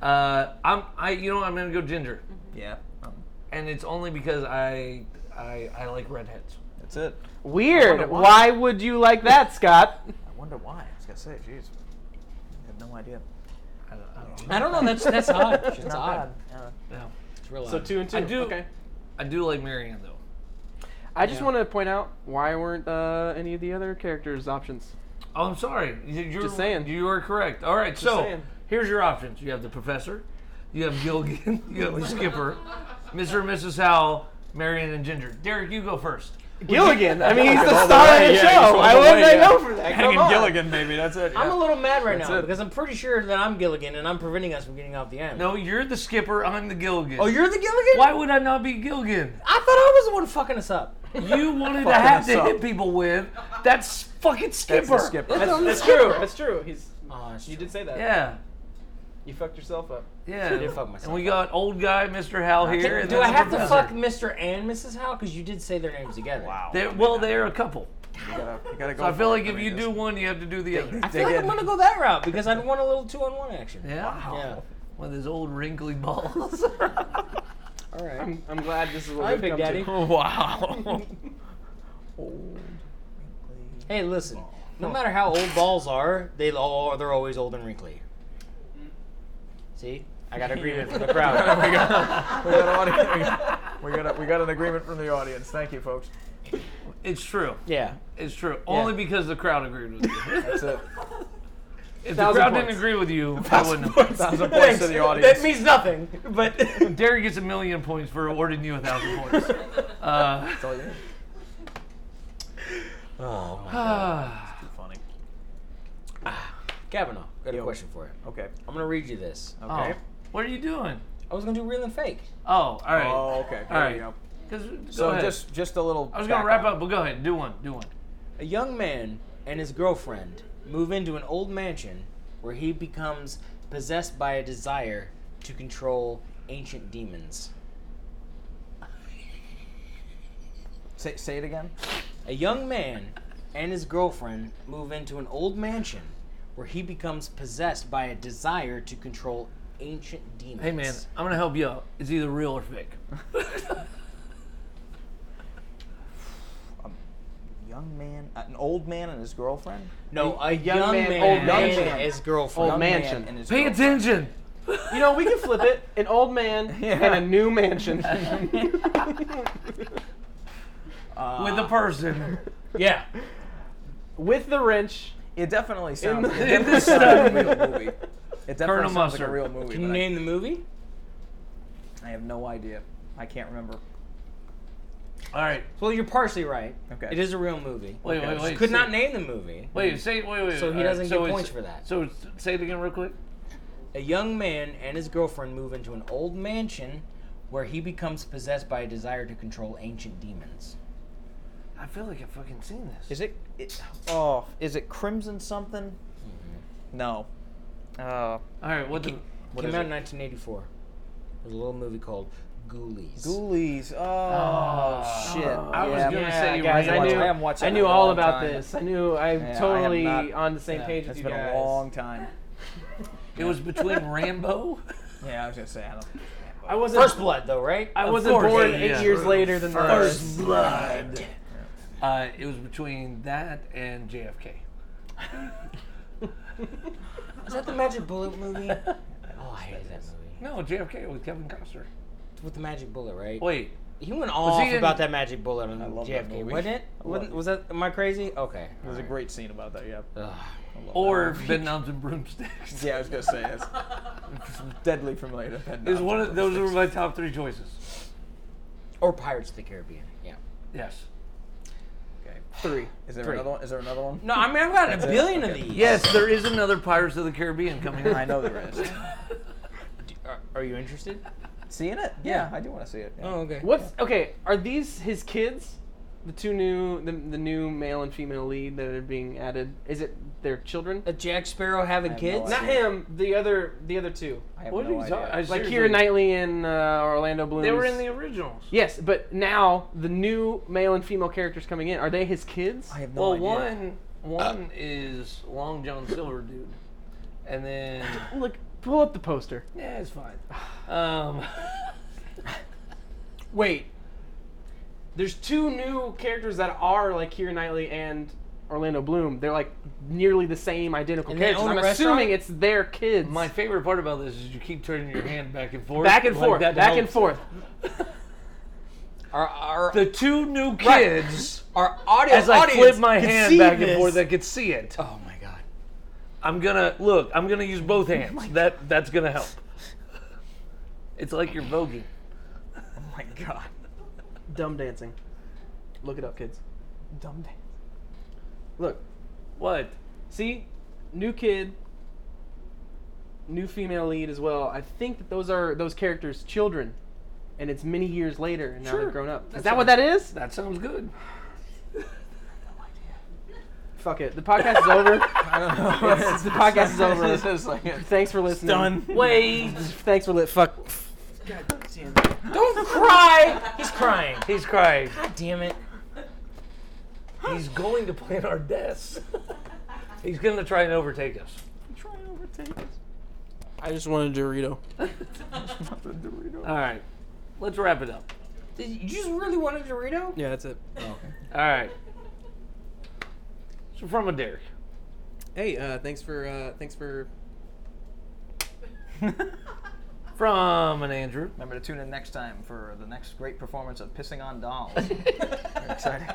Speaker 1: Uh, I'm I you know what, I'm gonna go Ginger,
Speaker 3: [laughs] Yeah. Um,
Speaker 1: and it's only because I I I like redheads.
Speaker 3: that's it.
Speaker 6: Weird. Why
Speaker 3: why.
Speaker 6: would you like that, Scott?
Speaker 3: I wonder why. I was gonna say, jeez. I have no idea.
Speaker 1: I don't, I
Speaker 3: [laughs]
Speaker 1: don't know.
Speaker 4: I don't know. That's that's odd. It's
Speaker 3: Not
Speaker 4: odd.
Speaker 3: bad. Yeah.
Speaker 1: Yeah.
Speaker 4: It's real
Speaker 6: [laughs] So
Speaker 4: odd.
Speaker 6: two and two.
Speaker 1: I do-
Speaker 6: Okay.
Speaker 1: I do like Marianne though.
Speaker 6: I just
Speaker 4: Yeah.
Speaker 6: want to point out why weren't uh, any of the other characters options?
Speaker 1: Oh, I'm sorry. You- You're,
Speaker 6: Just saying.
Speaker 1: You are correct. All right, so
Speaker 6: saying.
Speaker 1: here's your options. You have the professor, you have Gilgan, [laughs] you have the skipper, Mr. and Mrs. Howell, Marion and Ginger. Derek, you go first.
Speaker 6: Gilligan. [laughs] I mean, he's
Speaker 3: All
Speaker 6: the
Speaker 3: the
Speaker 6: star
Speaker 3: way,
Speaker 6: of the
Speaker 3: yeah, he's
Speaker 6: show.
Speaker 3: all
Speaker 6: Why
Speaker 3: the
Speaker 6: wouldn't
Speaker 3: way,
Speaker 6: I
Speaker 3: yeah.
Speaker 6: know for that? Come
Speaker 3: Hanging
Speaker 6: on.
Speaker 3: Gilligan, maybe. That's it.
Speaker 4: I'm a little mad right now
Speaker 3: it.
Speaker 4: because I'm pretty sure that I'm Gilligan and I'm preventing us from getting off the island.
Speaker 1: No, you're the skipper. I'm the Gilgan.
Speaker 4: Oh, you're the Gilligan?
Speaker 1: Why would I not be Gilgan?
Speaker 4: I thought I was the one fucking us up.
Speaker 1: You wanted to
Speaker 3: Fucking
Speaker 1: have
Speaker 3: us
Speaker 1: to
Speaker 3: up.
Speaker 1: hit people with. That's fucking skipper.
Speaker 3: That's the skipper.
Speaker 4: That's,
Speaker 6: That's,
Speaker 4: I'm the
Speaker 6: that's true.
Speaker 4: [laughs] skipper.
Speaker 6: That's true. He's.
Speaker 4: Oh, that's
Speaker 6: You
Speaker 4: true.
Speaker 6: did say that.
Speaker 1: Yeah.
Speaker 6: You fucked yourself up.
Speaker 1: Yeah.
Speaker 4: did fuck myself
Speaker 1: and we got old guy Mr. Howell here. and
Speaker 4: Do
Speaker 1: then
Speaker 4: I
Speaker 1: the
Speaker 4: have to
Speaker 1: professor.
Speaker 4: fuck Mr. and Mrs. Howe? Because you did say their names together.
Speaker 3: Wow.
Speaker 1: They're, well, they're a couple.
Speaker 3: You gotta, you gotta go.
Speaker 1: So I feel
Speaker 3: for it.
Speaker 1: like if
Speaker 3: mean,
Speaker 1: you
Speaker 3: just
Speaker 1: do one, you have to do the other.
Speaker 4: I feel like I'm gonna go that route because I want a little two-on-one action.
Speaker 1: Yeah.
Speaker 4: Yeah.
Speaker 1: One of those old wrinkly balls. [laughs]
Speaker 4: All right.
Speaker 6: I'm, I'm glad this is what
Speaker 4: Hi,
Speaker 6: we've
Speaker 4: Big
Speaker 6: come
Speaker 4: Daddy.
Speaker 6: to.
Speaker 1: [laughs] wow.
Speaker 4: Hey, listen. No matter how old balls are, they all they're always old and wrinkly. See, I got
Speaker 1: [laughs]
Speaker 4: agreement from the
Speaker 6: [laughs]
Speaker 4: crowd.
Speaker 3: we got, we got, audience, we, got a, we got an agreement from the audience. Thank you, folks.
Speaker 1: [laughs] It's true.
Speaker 4: Yeah.
Speaker 1: It's true. Only because the crowd agreed with you.
Speaker 3: [laughs] That's it.
Speaker 1: [laughs] if the
Speaker 6: Thousand
Speaker 1: crowd
Speaker 6: points.
Speaker 1: didn't agree with you, I wouldn't have.
Speaker 3: Thousand points to the audience.
Speaker 4: That means nothing.
Speaker 3: [laughs]
Speaker 4: But
Speaker 1: [laughs] Derek gets a million points for awarding you a thousand points. Uh, [sighs]
Speaker 3: That's all you need.
Speaker 4: [laughs] oh my
Speaker 3: Too funny.
Speaker 4: Kavanaugh, got a
Speaker 3: Yo.
Speaker 4: question for you.
Speaker 3: Okay.
Speaker 4: I'm gonna read you this.
Speaker 1: oh,
Speaker 3: Okay.
Speaker 1: what are you doing?
Speaker 4: I was gonna do real and fake.
Speaker 1: Oh, all right.
Speaker 3: Oh, okay. There
Speaker 1: Alright.
Speaker 3: you go.
Speaker 1: 'Cause- go
Speaker 3: So
Speaker 1: ahead.
Speaker 3: just just a little.
Speaker 1: I was gonna wrap up, but go ahead. Do one. Do one.
Speaker 4: A young man and his girlfriend move into an old mansion where he becomes possessed by a desire to control ancient demons.
Speaker 3: Say, say it again.
Speaker 4: A young man and his girlfriend move into an old mansion where he becomes possessed by a desire to control ancient demons.
Speaker 1: Hey man, I'm gonna help you out. It's either real or fake.
Speaker 3: Um, Young man, uh, an old man and his girlfriend.
Speaker 7: No, a young,
Speaker 4: young
Speaker 7: man,
Speaker 4: man,
Speaker 7: old man.
Speaker 3: man.
Speaker 4: his girlfriend.
Speaker 2: Old
Speaker 3: Young
Speaker 2: mansion.
Speaker 3: Man and his
Speaker 1: Pay
Speaker 3: girlfriend.
Speaker 1: attention.
Speaker 2: You know, we can flip it. An old
Speaker 6: [laughs]
Speaker 2: man and a new mansion.
Speaker 3: Uh,
Speaker 1: With a
Speaker 3: [laughs]
Speaker 1: person.
Speaker 7: Yeah.
Speaker 2: With the wrench.
Speaker 3: It definitely sounds.
Speaker 6: [laughs]
Speaker 3: It
Speaker 1: In
Speaker 3: definitely
Speaker 1: this
Speaker 3: sounds like a
Speaker 1: stuff.
Speaker 3: real movie. It definitely
Speaker 1: Colonel
Speaker 3: sounds like
Speaker 1: Mustard.
Speaker 3: a real movie.
Speaker 4: Can you
Speaker 3: but I-
Speaker 4: name the movie?
Speaker 3: I have no idea. I can't remember.
Speaker 1: All right.
Speaker 4: Well, you're partially right.
Speaker 3: Okay.
Speaker 4: It is a real movie.
Speaker 1: Wait, wait, wait.
Speaker 4: Could
Speaker 1: say-
Speaker 4: not name the movie.
Speaker 1: Wait, say wait, wait.
Speaker 4: Mm. So he
Speaker 1: all right,
Speaker 4: doesn't get
Speaker 1: it's-
Speaker 4: points for that.
Speaker 1: So it's- say it again real quick.
Speaker 4: A young man and his girlfriend move into an old mansion where he becomes possessed by a desire to control ancient demons.
Speaker 1: I feel like I've fucking seen this.
Speaker 3: Is it, it? Oh, is it Crimson something?
Speaker 1: Mm-hmm.
Speaker 3: No. Uh,
Speaker 1: All right. What? The,
Speaker 3: what
Speaker 4: Came
Speaker 3: is
Speaker 4: out in
Speaker 3: it?
Speaker 4: 1984. There's a little movie called Ghoulies.
Speaker 3: Ghoulies. Oh,
Speaker 1: Oh,
Speaker 3: shit.
Speaker 1: I was
Speaker 3: Yeah.
Speaker 1: gonna
Speaker 2: Yeah,
Speaker 1: say
Speaker 2: guys,
Speaker 1: real.
Speaker 2: I knew.
Speaker 3: I haven't watched
Speaker 2: I
Speaker 3: it
Speaker 2: knew
Speaker 3: in a
Speaker 2: all
Speaker 3: long
Speaker 2: about
Speaker 3: time.
Speaker 2: this. I knew. I'm
Speaker 3: I am
Speaker 2: totally
Speaker 3: not-
Speaker 2: on the same page as
Speaker 3: That's
Speaker 2: you
Speaker 3: been
Speaker 2: guys.
Speaker 3: a long time.
Speaker 1: It was between Rambo. [laughs]
Speaker 3: Yeah, I was gonna say. I don't.
Speaker 2: I wasn't.
Speaker 4: First Blood, though, right?
Speaker 2: I wasn't
Speaker 1: course,
Speaker 2: born
Speaker 1: yeah,
Speaker 2: eight
Speaker 1: yeah.
Speaker 2: years later than the
Speaker 1: First Blood. Uh, it was between that and JFK.
Speaker 4: Is that the Magic Bullet [laughs] movie? oh, I hated that movie.
Speaker 1: No, JFK with Kevin Costner.
Speaker 4: With the Magic Bullet, right?
Speaker 1: Wait,
Speaker 4: He went off
Speaker 1: he in-
Speaker 4: about that Magic Bullet on
Speaker 3: love that
Speaker 4: JFK,
Speaker 3: movie.
Speaker 4: wasn't it? Wasn't- was that? Am I crazy? Okay.
Speaker 3: There's a great scene about that. Yeah.
Speaker 4: Ugh. Oh,
Speaker 1: or Bedknobs and Broomsticks.
Speaker 3: Yeah, I was gonna say it's [laughs] deadly familiar to Pen
Speaker 1: [laughs] Is one of those were my top three choices.
Speaker 4: Or Pirates of the Caribbean. Yeah.
Speaker 1: Yes.
Speaker 2: three.
Speaker 3: Is there
Speaker 2: Three.
Speaker 3: another one? Is there another
Speaker 2: [laughs]
Speaker 3: one?
Speaker 4: No, I mean I've got a billion of these.
Speaker 1: Yes, there is another Pirates of the Caribbean
Speaker 4: [laughs]
Speaker 1: coming out.
Speaker 3: I know there is.
Speaker 4: Are, are you interested?
Speaker 3: Seeing it? Yeah, I do want to see it. yeah.
Speaker 4: Oh, okay.
Speaker 2: What's okay? Are these his kids? The two new, the, the new male and female lead that are being added. Is it their children?
Speaker 4: Does Jack Sparrow having
Speaker 3: I have no
Speaker 4: kids?
Speaker 3: idea.
Speaker 2: Not him. The other, the other two.
Speaker 3: I have
Speaker 1: What
Speaker 3: no
Speaker 1: are you
Speaker 3: idea.
Speaker 1: talking?
Speaker 3: [laughs]
Speaker 1: I
Speaker 2: Like
Speaker 1: seriously-
Speaker 2: Keira Knightley and uh, Orlando Bloom.
Speaker 1: They were in the originals.
Speaker 2: Yes, but now the new male and female characters coming in. Are they his kids?
Speaker 3: I have no
Speaker 1: Well,
Speaker 3: idea.
Speaker 1: one one is Long John Silver dude, and
Speaker 4: [laughs]
Speaker 1: then
Speaker 2: Look, pull up the poster.
Speaker 1: yeah, it's
Speaker 2: [sighs]
Speaker 1: fine. Um,
Speaker 2: Wait. There's two new characters that are like Keira Knightley and Orlando Bloom. They're like nearly the same identical
Speaker 4: And they
Speaker 2: characters.
Speaker 4: own
Speaker 2: I'm
Speaker 4: a
Speaker 2: assuming
Speaker 4: restaurant?
Speaker 2: it's their kids.
Speaker 1: my favorite part about this is you keep turning your hand back and forth,
Speaker 2: back and
Speaker 1: like
Speaker 2: forth,
Speaker 1: that to
Speaker 2: back
Speaker 1: help.
Speaker 2: and forth.
Speaker 4: Our our,
Speaker 1: The two new kids,
Speaker 4: Right. our audio
Speaker 1: [laughs] as I
Speaker 4: audience
Speaker 1: flip my
Speaker 4: can
Speaker 1: hand
Speaker 4: see
Speaker 1: back and
Speaker 4: this.
Speaker 1: forth, that could see it.
Speaker 4: Oh my [laughs] god.
Speaker 1: I'm gonna look. I'm gonna use both hands. that that's gonna help. [laughs] It's like you're voguing.
Speaker 3: Oh my god.
Speaker 2: Dumb dancing. Look it up, kids.
Speaker 3: Dumb day.
Speaker 2: Look,
Speaker 1: What?
Speaker 2: see, new kid, new female lead as well. I think that those are those characters' children, and it's many years later, and now
Speaker 1: Sure.
Speaker 2: they've grown up.
Speaker 1: That's
Speaker 2: is that what
Speaker 1: right.
Speaker 2: that is?
Speaker 1: That sounds good.
Speaker 2: Fuck it. The podcast is [laughs] over.
Speaker 3: I don't know.
Speaker 2: It's- the podcast is over.
Speaker 3: This is like [laughs] it's
Speaker 2: Thanks for listening.
Speaker 3: done.
Speaker 1: Wait.
Speaker 2: Thanks for li- fuck.
Speaker 4: Don't cry. He's
Speaker 3: [laughs]
Speaker 4: crying.
Speaker 1: He's crying.
Speaker 4: God damn it.
Speaker 1: He's going to plan our deaths. [laughs] He's going to try and overtake us.
Speaker 3: Try and overtake us.
Speaker 2: I just wanted Dorito.
Speaker 3: The Dorito.
Speaker 1: All right. Let's wrap it up.
Speaker 4: Did you just really want a Dorito?
Speaker 2: Yeah, that's it.
Speaker 1: All right. So from a dairy.
Speaker 2: Hey, uh, thanks for uh, thanks for
Speaker 1: From an Andrew.
Speaker 3: Remember to tune in next time for the next great performance of Pissing on Dolls.
Speaker 2: [laughs]
Speaker 3: exciting.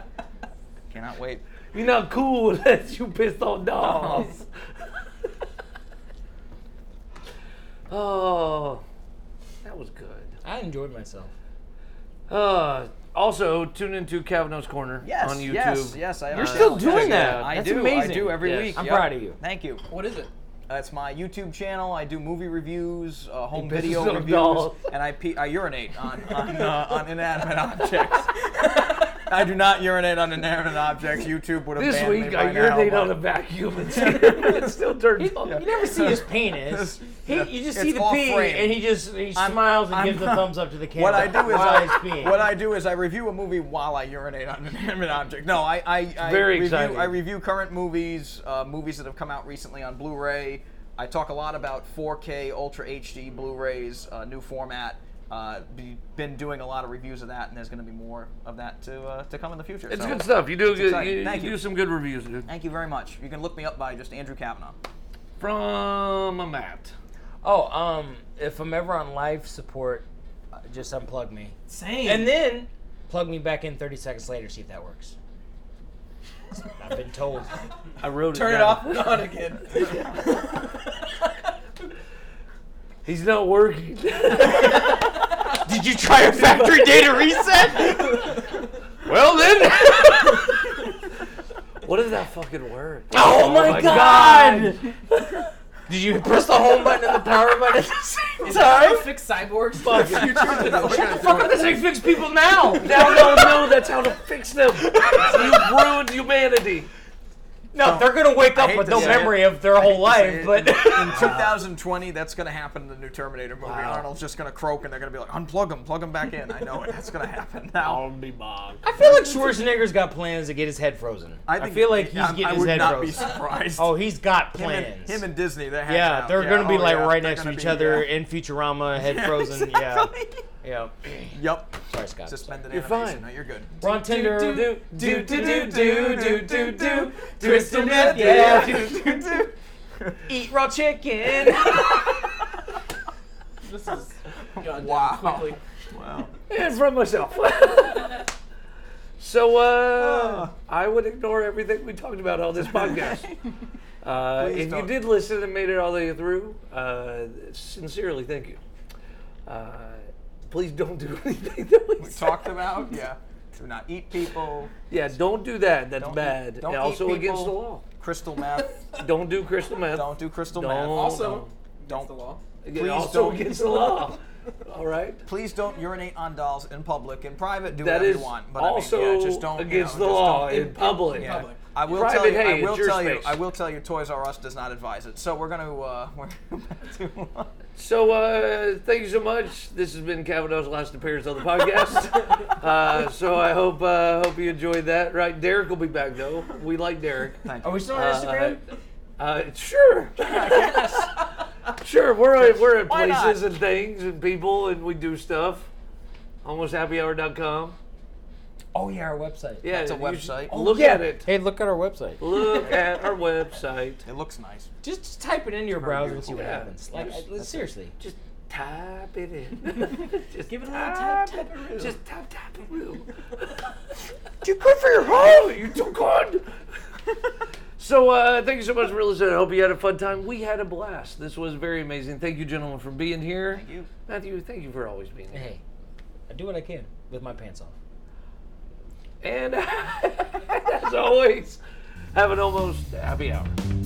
Speaker 3: Cannot wait.
Speaker 1: You're not cool [laughs] unless you pissed on dolls. [laughs] oh, that was good.
Speaker 4: [laughs] I enjoyed myself.
Speaker 1: Uh, also, tune into Kavanaugh's Corner
Speaker 3: Yes.
Speaker 1: on YouTube.
Speaker 3: Yes. Yes. I,
Speaker 1: You're
Speaker 3: I-
Speaker 1: still
Speaker 3: I-
Speaker 1: doing
Speaker 3: I-
Speaker 1: that.
Speaker 3: I
Speaker 4: That's
Speaker 3: do.
Speaker 4: amazing.
Speaker 3: I do every
Speaker 1: Yes.
Speaker 3: week.
Speaker 4: I'm
Speaker 3: yep.
Speaker 4: proud of you.
Speaker 3: Thank you.
Speaker 2: what is it?
Speaker 3: That's Uh, my YouTube channel. I do movie reviews, uh, home
Speaker 1: pisses
Speaker 3: video
Speaker 1: on
Speaker 3: reviews,
Speaker 1: dolls.
Speaker 3: and I, pe- I urinate
Speaker 1: [laughs]
Speaker 3: on on, uh, on inanimate objects. I do not urinate on inanimate objects. YouTube would have
Speaker 1: This
Speaker 3: banned me
Speaker 1: week,
Speaker 3: by
Speaker 1: I urinate
Speaker 3: now,
Speaker 1: on a
Speaker 3: but-
Speaker 1: vacuum [laughs] and it still turns on.
Speaker 4: You never see
Speaker 3: [laughs]
Speaker 4: his penis. He,
Speaker 3: yeah.
Speaker 4: You just
Speaker 3: It's
Speaker 4: see the
Speaker 3: off
Speaker 4: pee,
Speaker 3: frame.
Speaker 4: and he just he
Speaker 3: I'm-
Speaker 4: smiles and
Speaker 3: I'm [laughs]
Speaker 4: gives a
Speaker 3: not-
Speaker 4: thumbs up to the camera.
Speaker 3: What I do
Speaker 1: [laughs]
Speaker 3: is
Speaker 4: while he's
Speaker 3: I,
Speaker 4: peeing.
Speaker 3: what I do is I review a movie while I urinate on an [laughs] inanimate object. No, I I, I
Speaker 1: Very
Speaker 3: review
Speaker 1: exciting.
Speaker 3: I review current movies, uh, movies that have come out recently on Blu-ray, I talk a lot about 4K Ultra HD Blu-rays, uh, new format. Uh, be, been doing a lot of reviews of that, and there's going to be more of that to uh, to come in the future.
Speaker 1: It's
Speaker 3: so-
Speaker 1: good stuff. You do good.
Speaker 3: exciting.
Speaker 1: You, you
Speaker 3: Thank you.
Speaker 1: do some good reviews, dude.
Speaker 3: Thank you very much. You can look me up by just Andrew Kavanaugh.
Speaker 1: From a Matt.
Speaker 4: Oh, um, if I'm ever on life support, uh, just unplug me.
Speaker 2: Same.
Speaker 4: And then plug me back in 30 seconds later, see if that works. I've been told.
Speaker 2: I wrote
Speaker 3: Turn it
Speaker 2: down.
Speaker 3: off and on again.
Speaker 1: [laughs] He's not working. [laughs]
Speaker 4: [laughs] Did you try a factory data reset?
Speaker 1: well then. what is that fucking word?
Speaker 4: [laughs] Oh my,
Speaker 1: my
Speaker 4: god! [laughs] Did you press the home button and the power button at the same time?
Speaker 2: Fix cyborgs. [laughs]
Speaker 4: What the fuck are the thing fix people now?
Speaker 1: Now they'll know that's how to fix them. you ruined humanity.
Speaker 4: No, they're gonna wake up
Speaker 3: hate
Speaker 4: with
Speaker 3: to
Speaker 4: no
Speaker 3: say
Speaker 4: memory of their whole life, but. [laughs]
Speaker 3: in 2020, that's going to happen in the new Terminator movie. Arnold's just going to croak, and they're going to be like, "Unplug him, plug him back in." I know it. That's going to happen
Speaker 4: Oh,
Speaker 3: now.
Speaker 4: I feel like Schwarzenegger's got plans to get his head frozen. I,
Speaker 3: think-
Speaker 4: feel like he's
Speaker 3: I-
Speaker 4: getting
Speaker 3: I
Speaker 4: his
Speaker 3: would
Speaker 4: head
Speaker 3: not
Speaker 4: frozen.
Speaker 3: be surprised.
Speaker 4: Oh, he's got
Speaker 3: him
Speaker 4: plans.
Speaker 3: and, him and Disney, they're hanging
Speaker 4: yeah,
Speaker 3: out.
Speaker 4: they're gonna
Speaker 3: Oh,
Speaker 4: be like
Speaker 3: yeah.
Speaker 4: right
Speaker 3: They're
Speaker 4: next to
Speaker 3: gonna
Speaker 4: each
Speaker 3: be-
Speaker 4: other
Speaker 3: yeah.
Speaker 4: in Futurama, head frozen.
Speaker 3: Exactly.
Speaker 4: Yeah,
Speaker 3: Yep.
Speaker 4: yeah. Sorry, Scott.
Speaker 3: Suspended
Speaker 1: You're fine.
Speaker 3: animation. No,
Speaker 4: [laughs]
Speaker 3: you're good.
Speaker 4: We're on Tinder.
Speaker 1: do,
Speaker 4: do, do, do, do, do, do, do.
Speaker 1: Twist and
Speaker 4: meth,
Speaker 1: yeah.
Speaker 4: Eat raw chicken.
Speaker 2: This is gone
Speaker 3: Wow.
Speaker 2: down quickly.
Speaker 3: Wow.
Speaker 1: and [laughs] from myself. so uh,
Speaker 3: Ah.
Speaker 1: I would ignore everything we talked about on
Speaker 3: [laughs]
Speaker 1: this podcast. Uh,
Speaker 3: Please
Speaker 1: if
Speaker 3: don't.
Speaker 1: you did listen and made it all the way through, uh, sincerely thank you. Uh, please don't do [laughs] anything that we,
Speaker 3: We
Speaker 1: said.
Speaker 3: talked about. Yeah. Do not eat people.
Speaker 1: Yeah, don't do that. That's
Speaker 3: Don't eat-
Speaker 1: bad.
Speaker 3: don't
Speaker 1: and
Speaker 3: eat
Speaker 1: also against the
Speaker 3: people.
Speaker 1: law.
Speaker 3: Crystal meth.
Speaker 1: Don't do crystal meth.
Speaker 3: Don't do crystal
Speaker 1: Don't.
Speaker 3: meth.
Speaker 2: Also,
Speaker 3: Don't.
Speaker 2: the law.
Speaker 1: Again,
Speaker 3: please
Speaker 1: also
Speaker 3: don't.
Speaker 1: against the law. all right.
Speaker 3: [laughs] Please don't urinate on dolls in public. In private, do
Speaker 1: That
Speaker 3: whatever
Speaker 1: is
Speaker 3: you want. But I mean,
Speaker 1: also
Speaker 3: yeah, just don't, you
Speaker 1: against
Speaker 3: know,
Speaker 1: the
Speaker 3: just
Speaker 1: law
Speaker 3: don't-
Speaker 1: in public.
Speaker 3: Yeah.
Speaker 2: public.
Speaker 3: I will
Speaker 1: Private,
Speaker 3: tell you.
Speaker 1: hey,
Speaker 3: I will
Speaker 1: it's your
Speaker 3: tell you.
Speaker 1: space.
Speaker 3: I will tell you. Toys R Us does not advise it. So we're gonna. Uh, [laughs] we're back to, [laughs] uh,
Speaker 1: So uh, thank you so much. This has been Kavanaugh's last appearance on the podcast.
Speaker 3: [laughs]
Speaker 1: uh, so I hope uh, hope you enjoyed that. Right, Derek will be back though. We like Derek.
Speaker 3: thank
Speaker 4: Are
Speaker 3: you.
Speaker 4: we still on
Speaker 1: Uh,
Speaker 4: Instagram?
Speaker 1: Uh, [laughs] sure, sure. We're at, we're at
Speaker 3: Why not?
Speaker 1: places and things and people and we do stuff. AlmostHappyHour.com.
Speaker 4: Oh yeah, our website.
Speaker 1: Yeah,
Speaker 3: That's a
Speaker 1: you should
Speaker 3: website.
Speaker 1: Look
Speaker 4: Yeah.
Speaker 1: at it.
Speaker 4: Hey, look at our website.
Speaker 1: Look at our website.
Speaker 3: It looks nice.
Speaker 4: Just, just type it into your browser and see what
Speaker 1: Yeah.
Speaker 4: happens. Like, I- seriously.
Speaker 1: [laughs] Just type it in. [laughs] just give it a little
Speaker 4: tap, tap
Speaker 1: Just tap tap it [laughs]
Speaker 4: Too good for your home.
Speaker 1: you Oh, too good. so uh, thank you so much for listening. I hope you had a fun time. We had a blast. This was very amazing. Thank you, gentlemen, for being here. Thank
Speaker 3: you.
Speaker 1: Matthew, thank you for always being here.
Speaker 4: Hey, I do what I can with my pants off.
Speaker 1: [laughs] And as always, have an almost happy hour.